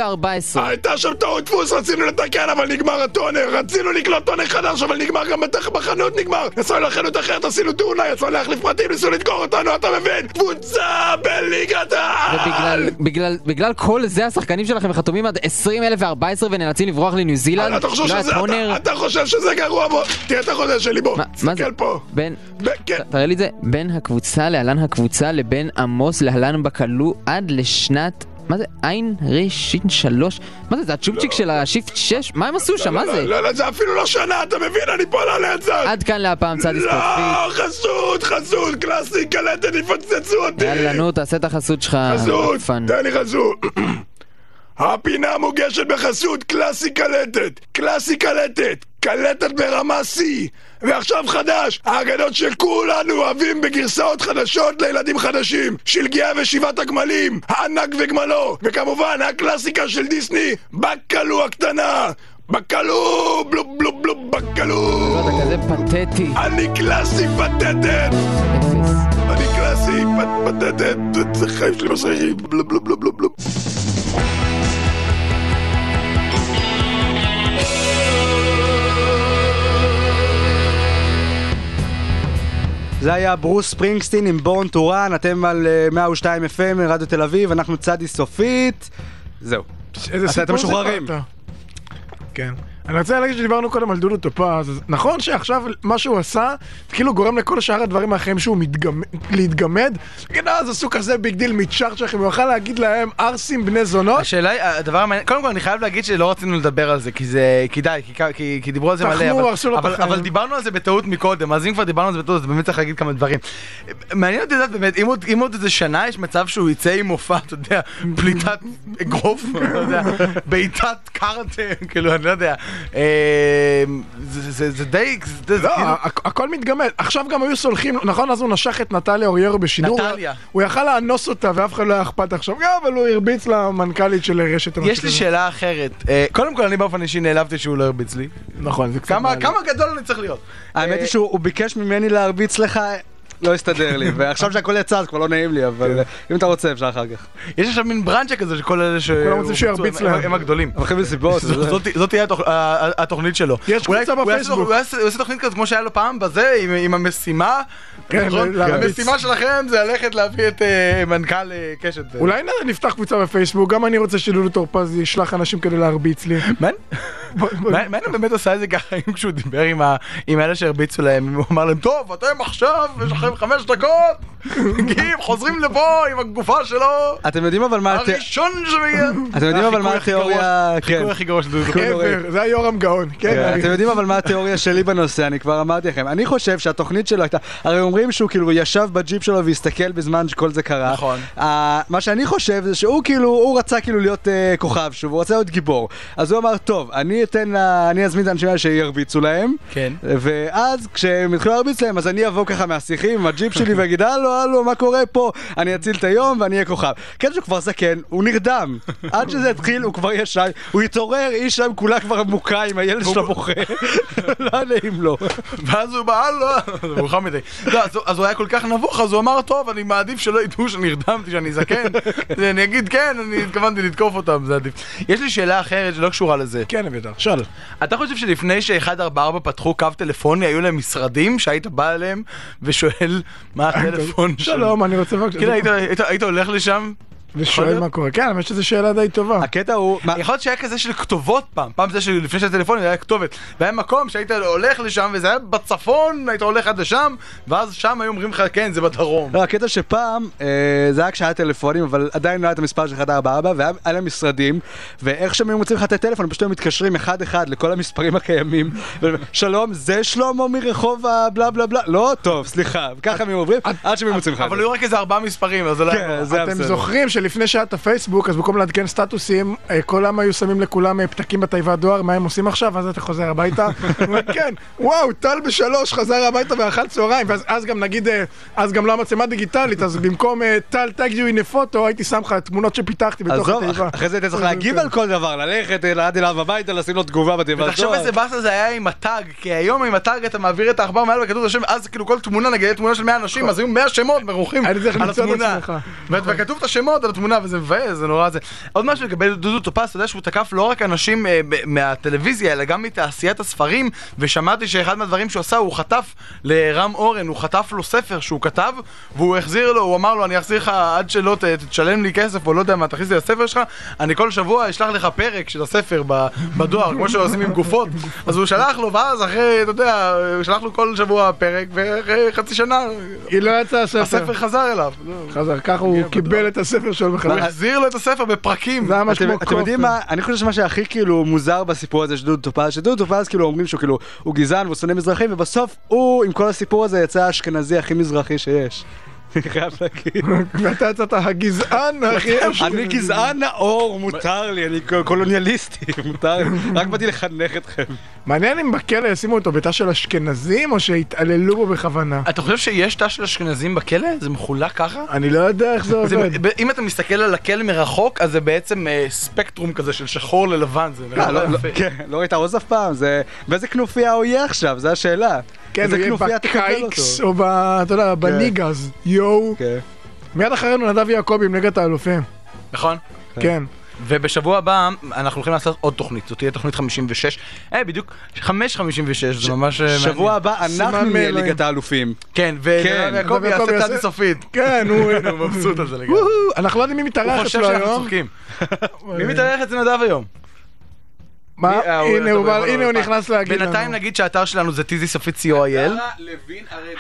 S13: הייתה שם טעות דפוס, רצינו לתקן, אבל נגמר הטונר. רצינו לקנות טונר חדש, אבל נגמר גם בתח- בחנות נגמר. נסענו לחנות אחרת, עשינו תאונה, יצאנו להחליף פרטים, ניסו לדקור אותנו, אתה מבין? קבוצה בליגת העל!
S3: ובגלל בגלל, בגלל כל זה השחקנים שלכם חתומים עד 20,014 ונאלצים לברוח לניו זילנד?
S13: אתה חושב
S3: לא היה
S13: אה, שזה...
S3: טונר?
S13: אתה- אתה חושב שזה גרוע בו? תראה את החוזה שלי, בוא.
S3: מה זה?
S13: תסתכל פה.
S3: בין...
S13: ב- כן.
S3: תראה לי את זה. בין הקבוצה להלן הקבוצה לבין עמוס להלן בכלוא עד לשנת... מה זה? עין רשין שלוש? מה זה? זה הצ'ופצ'יק של השיפט 6? מה הם עשו שם? מה
S13: לא,
S3: זה?
S13: לא, לא, זה אפילו לא שנה, אתה מבין? אני פה על הלצת!
S3: עד כאן להפעם צד
S13: לא,
S3: הספורטפיק.
S13: חסות, חסות, קלאסי, קלטת, יפוצצו אותי!
S3: יאללה נו, תעשה את החסות שלך.
S13: חסות,
S3: פאן.
S13: תן לי חסות. הפינה מוגשת בחסות קלאסי קלטת, קלאסי קלטת, קלטת ברמה שיא, ועכשיו חדש, האגדות שכולנו אוהבים בגרסאות חדשות לילדים חדשים, שלגיה ושבעת הגמלים, הענק וגמלו, וכמובן הקלאסיקה של דיסני, בקלו הקטנה, בקלו, בלו בלו בלו, בקלו.
S3: אתה כזה פתטי.
S13: אני קלאסי פתטת! אני קלאסי פת- פתטת, זה חיים שלי מסריחים, בלו בלו בלו בלו בלו.
S12: זה היה ברוס ספרינגסטין עם בורן טורן, אתם על אה, 102 FM, רדיו תל אביב, אנחנו צדי סופית. זהו.
S6: איזה
S12: אז
S6: סיפור
S4: לא
S12: אתם משוחררים.
S6: סיפרת. כן. אני רוצה להגיד שדיברנו קודם על דודו טופז, אז נכון שעכשיו מה שהוא עשה, כאילו גורם לכל שאר הדברים האחרים שהוא מתגמ... להתגמד? כן, אז עשו כזה ביג דיל מצ'רצ'כים, הוא יכל להגיד להם ארסים בני זונות?
S4: השאלה היא, הדבר המעניין, קודם כל אני חייב להגיד שלא רצינו לדבר על זה, כי זה, כי די, כי, כ- כי, כי דיברו על זה מלא,
S6: תחנו,
S4: אבל,
S6: הרסו לו את
S4: אבל,
S6: החיים.
S4: אבל דיברנו על זה בטעות מקודם, אז אם כבר דיברנו על זה בטעות, אז באמת צריך להגיד כמה דברים. מעניין אותי לדעת באמת, אם עוד, אם עוד איזה שנה יש מצב שהוא יצא עם מופע, אתה יודע, פליטת אגרוף, אתה יודע, בעיטת קארטר, כאילו, אני לא יודע. אה, זה, זה, זה די, זה, זה
S6: לא,
S4: כאילו...
S6: הכ- הכל מתגמד. עכשיו גם היו סולחים, לו, נכון? אז הוא נשך את נטליה אוריירו בשידור.
S4: נטליה.
S6: הוא יכל לאנוס אותה ואף אחד לא היה אכפת עכשיו, גם, אבל הוא הרביץ למנכ"לית של רשת המשיבים.
S4: יש לי שאלה אחרת, אה, קודם כל אני באופן אישי נעלבתי שהוא לא הרביץ לי.
S6: נכון, זה קצת
S4: כמה,
S6: מעליב.
S4: כמה גדול אני צריך להיות?
S12: האמת היא שהוא הוא ביקש ממני להרביץ לך, לא הסתדר לי, ועכשיו שהכל יצא אז כבר לא נעים לי, אבל אה, אם אתה רוצה אפשר אחר כך.
S4: יש עכשיו מין ברנצ'ה כזה שכל אלה ש...
S12: כולם רוצים שהוא
S4: הורבצו,
S12: ירביץ
S4: הם-
S12: להם.
S4: הם הגדולים.
S12: הולכים לסיבות,
S4: זאת-
S12: זה-
S4: זאת- זאת תהיה התוכ- ה- ה- התוכנית שלו.
S6: יש
S4: אולי-
S6: קבוצה
S4: הוא יעשה-
S6: בפייסבוק.
S4: הוא יעשה הוא יעשה תוכנית כזאת כמו שהיה לו פעם בזה, עם- עם המשימה.
S6: כן,
S4: נכון?
S6: להרביץ.
S4: המשימה שלכם זה ללכת להביא את אה, מנכ"ל אה, קשת.
S6: אולי נ- נפתח קבוצה בפייסבוק, גם אני רוצה שדודו טורפז ישלח אנשים כדי להרביץ לי.
S4: מה- מה הוא באמת עשה את זה ככה אם כשהוא דיבר עם ה- עם אלה שהרביצו להם, הוא אמר להם, טוב, אתם עכשיו, יש לכם חמש דקות, מגיעים, חוזרים לפה עם הגופה שלו.
S7: אתם יודעים אבל מה...
S4: הראשון שמגיע.
S7: אתם יודעים אבל מה
S4: החיקוי הכי
S7: התיאוריה...
S4: גרוע- החיקוי הכי גרוע של דודו.
S7: חיקוי נוראי.
S6: זה היה יורם גאון, כן.
S7: כן, אתם יודעים אבל מה התיאוריה שלי בנושא, אני כבר אמרתי לכם. אני חושב שהתוכנית שלו הייתה, הרי אומרים שהוא כאילו ישב בג'יפ שלו והסתכל בזמן שכל זה קרה. נכון. מה שאני חושב זה שהוא כאילו, הוא רצה כאילו להיות אה, כוכב שוב, הוא רצה להיות גיבור. אז הוא אמר, טוב, אני אתן, לה- אני אזמין את האנשים האלה שירביצו להם.
S4: כן.
S7: ואז כשהם יתחילו להרביץ להם, אז אני אבוא ככה מהשיחים עם הג'יפ שלי ואגיד, הלו, הלו, מה קורה פה? אני אציל את היום ואני אהיה כוכב. כן, שהוא כבר זקן, הוא נרדם. עד שזה יתחיל, הוא כבר ישן, הוא יתעורר, איש שם כולה כבר מוכה עם הילד שלו בוכה. לא נעים לו.
S4: ואז הוא בא, לא, זה מאוחר מדי. לא, אז הוא- אז הוא היה כל כך נבוך, אז הוא אמר, טוב, אני מעדיף שלא ידעו שנרדמתי, שאני זקן. אני אגיד, כן, אני התכוונתי לתקוף אותם, זה עדיף. יש לי שאלה אחרת שלא קשורה לזה.
S6: כן, אביתר, שאל.
S4: אתה חושב שלפני ש-144 פתחו קו טלפוני, היו להם משרדים שהיית בא אליהם ושואל מה הטלפון שלו?
S6: אה, שלום, אני רוצה בבקשה.
S4: כן, היית- היית- היית הולך לשם? יכול
S6: ושואל
S4: להיות?
S6: מה קורה. כן, האמת שזו שאלה די טובה.
S7: הקטע הוא...
S4: יכול להיות שהיה כזה של כתובות פעם, פעם זה שלפני שהיה טלפון זה היה כתובת, והיה מקום שהיית הולך לשם וזה היה בצפון, היית הולך עד לשם, ואז שם היו אומרים לך כן זה בדרום.
S7: לא, הקטע שפעם, אה, זה היה כשהיה טלפונים, אבל עדיין לא היה את המספר של 144, והיה היה להם משרדים, ואיך שהם היו מוצאים לך את הטלפון, הם פשוט היו מתקשרים אחד-אחד לכל המספרים הקיימים, ו- שלום, זה שלמה מרחוב הבלה בלה בלה, לא, טוב, סליחה, ככה הם היו עוברים, עד שהם היו מוצאים לך את לא-
S4: אבל היו רק איזה ארבעה מספרים, אז זה לא היה
S7: אה,
S4: נורא.
S6: אתם זוכרים שלפני שהיה את הפייסבוק, אז במקום לעדכן סטטוסים, אה, כל העם היו שמים לכולם אה, פתקים בתיבת דואר, מה הם עושים עכשיו, ואז אתה חוזר הביתה. אומר, כן, וואו, טל בשלוש חזר הביתה באחת צהריים, ואז אז גם נגיד, אה, אז גם לא המצלמה דיגיטלית, אז במקום אה, טל tag you in a photo, הייתי שם לך תמונות שפיתחתי בתוך
S7: עזוב,
S6: התיבה.
S7: אח- אחרי זה היית צריך להגיב על כל דבר, ללכת אה, עד אליו הביתה, לשים לו תגובה בתיבת
S4: ותחשוב איזה באסה זה היה עם הטאג, כי היום עם הטאג אתה מעביר את העכבר מעל וכתוב את השם, אז כאילו כל תמונה, נגיד היה תמונה של 100 אנשים, אז היו 100 שמות מרוחים
S6: אני צריך
S4: על
S6: למצוא את
S4: התמונה. נכון.
S6: עצמך.
S4: ואת- וכתוב את השמות על התמונה, וזה מבאס, זה נורא זה. עוד משהו לגבי דודו טופס, אתה יודע שהוא תקף לא רק אנשים אה, ב- מהטלוויזיה, אלא גם מתעשיית הספרים, ושמעתי שאחד מהדברים שהוא עשה, הוא חטף לרם אורן, הוא חטף לו ספר שהוא כתב, והוא החזיר לו, הוא אמר לו, אני אחזיר לך עד שלא ת- תשלם לי כסף, או לא יודע מה, תכניס לי לספר שלך, אני כל שבוע אשלח לך פרק של הספר ב- בדואר, כמו שעושים עם גופות. אז הוא שלח לו, ואז אחרי, אתה יודע, הוא שלח לו כל שבוע פרק, ואחרי חצי שנה...
S6: היא לא יצאה הספר.
S4: הספר חזר אליו. לא.
S6: חזר, ככה הוא קיבל את הספר שלו
S4: הוא
S6: בחזרה.
S4: החזיר לו את הספר בפרקים.
S6: זה היה ממש
S7: אתם-
S6: כמו
S7: אתם יודעים מה, אני חושב שמה שהכי כאילו מוזר בסיפור הזה של דודו טופז, שדודו טופז כאילו אומרים שהוא כאילו, הוא גזען והוא שונא מזרחים, ובסוף הוא עם כל הסיפור הזה יצא האשכנזי הכי מזרחי שיש. אני חייב להגיד.
S6: ואתה יצאת הגזען הכי...
S7: אני גזען נאור, מותר לי, אני קולוניאליסטי, מותר לי, רק באתי לחנך אתכם.
S6: מעניין אם בכלא ישימו אותו בתא של אשכנזים, או שהתעללו בו בכוונה.
S4: אתה חושב שיש תא של אשכנזים בכלא? זה מחולק ככה?
S6: אני לא יודע איך זה
S4: זה-
S6: עובד.
S4: ב- אם אתה מסתכל על הכלא מרחוק, אז זה בעצם אה, ספקטרום כזה של שחור ללבן, זה נראה
S7: אה, לא-
S4: לא
S7: לא-
S4: יפה.
S7: כן, לא ראית עוז אף פעם? זה... באיזה כנופיה הוא יהיה עכשיו? זו השאלה.
S6: כן,
S7: איזה
S6: הוא יהיה
S7: כנופיה תקבל
S6: בקייקס,
S7: אותו?
S6: או ב... אתה יודע, בניגאז, יואו. מיד אחרינו נדב יעקבי עם ליגת האלופים.
S4: נכון?
S6: כן.
S4: ובשבוע הבא אנחנו הולכים לעשות עוד תוכנית, זאת תהיה תוכנית 56. אה, בדיוק, 5.56, זה ממש אה, מעניין.
S7: שבוע הבא אנחנו נהיה ליגת האלופים.
S4: כן,
S7: כן.
S4: ונדב יעקבי
S6: נדב יעקבי
S4: יעשה
S6: יעשה-
S4: תעדי סופית.
S6: כן, הוא...
S4: הוא מבסוט על זה לגמרי.
S6: וואו, אנחנו לא יודעים מי מתארח
S4: הוא חושב
S6: אצלו
S4: שאנחנו
S6: היום.
S4: צוחקים. מי מתארח אצל נדב היום?
S6: מה?
S4: אה,
S6: הנה,
S4: אתה
S6: הוא בא-
S4: יכול
S6: הנה, הוא
S4: לבוא.
S6: נכנס להגיד לנו.
S4: בינתיים נגיד שהאתר שלנו זה tizy סופית co.il.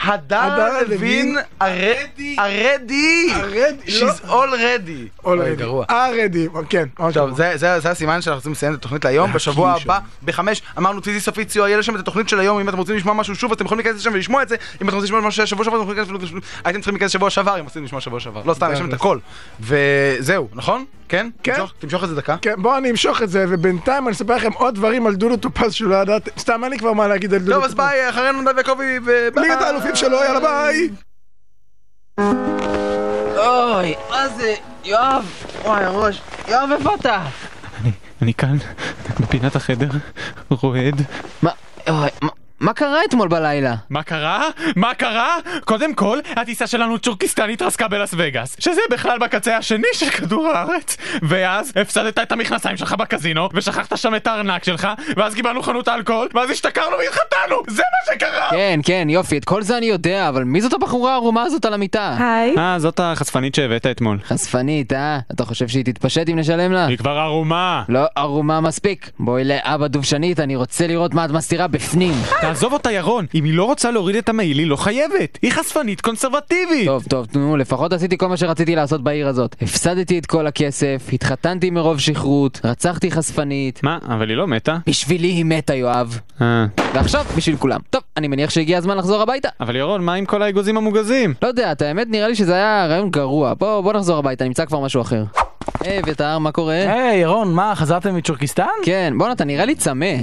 S6: הדרה
S4: הדר לוין
S6: לוין
S4: הרדי. הרדי.
S6: הרדי,
S4: She's לא. all ready. אוי,
S6: אולרדי.
S4: גרוע.
S6: ארדי, כן. עוד
S4: טוב,
S6: שבוע.
S4: זה, זה, זה הסימן שאנחנו רוצים לסיים את התוכנית להיום. בשבוע
S6: שם.
S4: הבא, בחמש, אמרנו טיזי סופית סיוע, יהיה לשם את התוכנית של היום. אם אתם רוצים לשמוע משהו שוב, אתם יכולים להיכנס לשם ולשמוע את זה. אם אתם רוצים לשמוע משהו שהיה שבוע שעבר, אתם יכולים להיכנס... הייתם צריכים להיכנס שבוע שעבר, אם רוצים לשמוע שבוע שעבר. לא סתם, יש שם את הכל. וזהו, נכון? כן?
S6: כן.
S4: תמשוך- תמשוך את זה דקה.
S6: כן, בואו אני אמשוך את זה, ובינתיים אני אספר לכם עוד דברים על דודו טופז שלא ידעתם. סתם, אין לי כבר מה להגיד על דודו
S4: טוב,
S6: טופז.
S4: אז ביי, אחרינו נדב יעקבי ו...
S6: ליגת האלופים שלו, יאללה ביי!
S3: אוי, מה זה? יואב! וואי, הראש. יואב, איפה אתה?
S2: אני כאן, בפינת החדר, רועד.
S3: מה, אוי, מה- מה קרה אתמול בלילה?
S13: אה.
S2: מה קרה? מה קרה? קודם כל, הטיסה שלנו צ'ורקיסטנית התרסקה בלאס וגאס, שזה בכלל בקצה השני של כדור הארץ. ואז הפסדת את המכנסיים שלך בקזינו, ושכחת שם את הארנק שלך, ואז קיבלנו חנות אלכוהול, ואז השתכרנו והתחתנו! זה מה שקרה!
S3: כן, כן, יופי, את כל זה אני יודע, אבל מי זאת הבחורה הערומה הזאת על המיטה? היי.
S2: אה, זאת החשפנית שהבאת אתמול.
S3: חשפנית, אה? אתה חושב שהיא תתפשט אם נשלם לה?
S2: היא כבר ערומה.
S3: לא ערומה מספיק. בואי לאבא דובשנית, אני רוצה לראות מה את מסתירה בפנים.
S2: עזוב אותה ירון, אם היא לא רוצה להוריד את המעיל היא לא חייבת, היא חשפנית קונסרבטיבית!
S3: טוב, טוב, נו, לפחות עשיתי כל מה שרציתי לעשות בעיר הזאת. הפסדתי את כל הכסף, התחתנתי מרוב שכרות, רצחתי חשפנית.
S2: מה, אבל היא לא מתה? אה,
S3: בשבילי היא מתה, יואב. ועכשיו, בשביל כולם. טוב, אני מניח שהגיע הזמן לחזור הביתה.
S2: אבל ירון, מה עם כל האגוזים המוגזים?
S3: לא יודע, את האמת נראה לי שזה היה רעיון גרוע. בוא, בוא נחזור הביתה, נמצא כבר משהו אחר. היי, אביתר, מה קורה?
S14: היי, ירון, מה, חזרתם מצ'ורקיסטן? אה,
S3: כן, בואנה, אתה נראה לי צמא.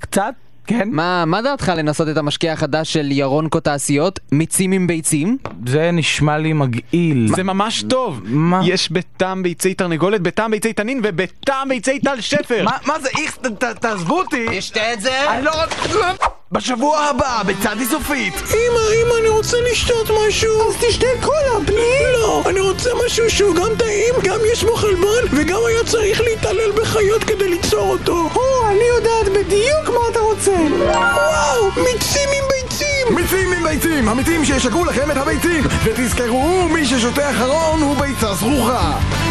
S14: קצת, כן.
S3: מה, מה דעתך לנסות את המשקה החדש של ירונקו תעשיות? מיצים עם ביצים?
S14: זה נשמע לי מגעיל.
S2: זה ממש טוב! מה? יש בטעם ביצי תרנגולת, בטעם ביצי תנין ובטעם ביצי טל שפר!
S15: מה- מה זה איכס, ת- ת- תעזבו אותי!
S3: תשתה את זה!
S15: אני לא רוצה... בשבוע הבא, בצד איסופית!
S8: אמא, אמא, אני רוצה לשתות משהו! אז תשתה קולה, בלי! לא, אני רוצה משהו שהוא גם טעים, גם יש בו חלבון, וגם היה צריך להתעלל בחיות כדי ליצור אותו.
S16: או, אני יודעת בדיוק מה אתה רוצה!
S8: וואו, מיצים עם ביצים!
S17: מיצים עם ביצים, המיצים שישקרו לכם את הביצים! ותזכרו, מי ששותה אחרון הוא ביצה סרוחה!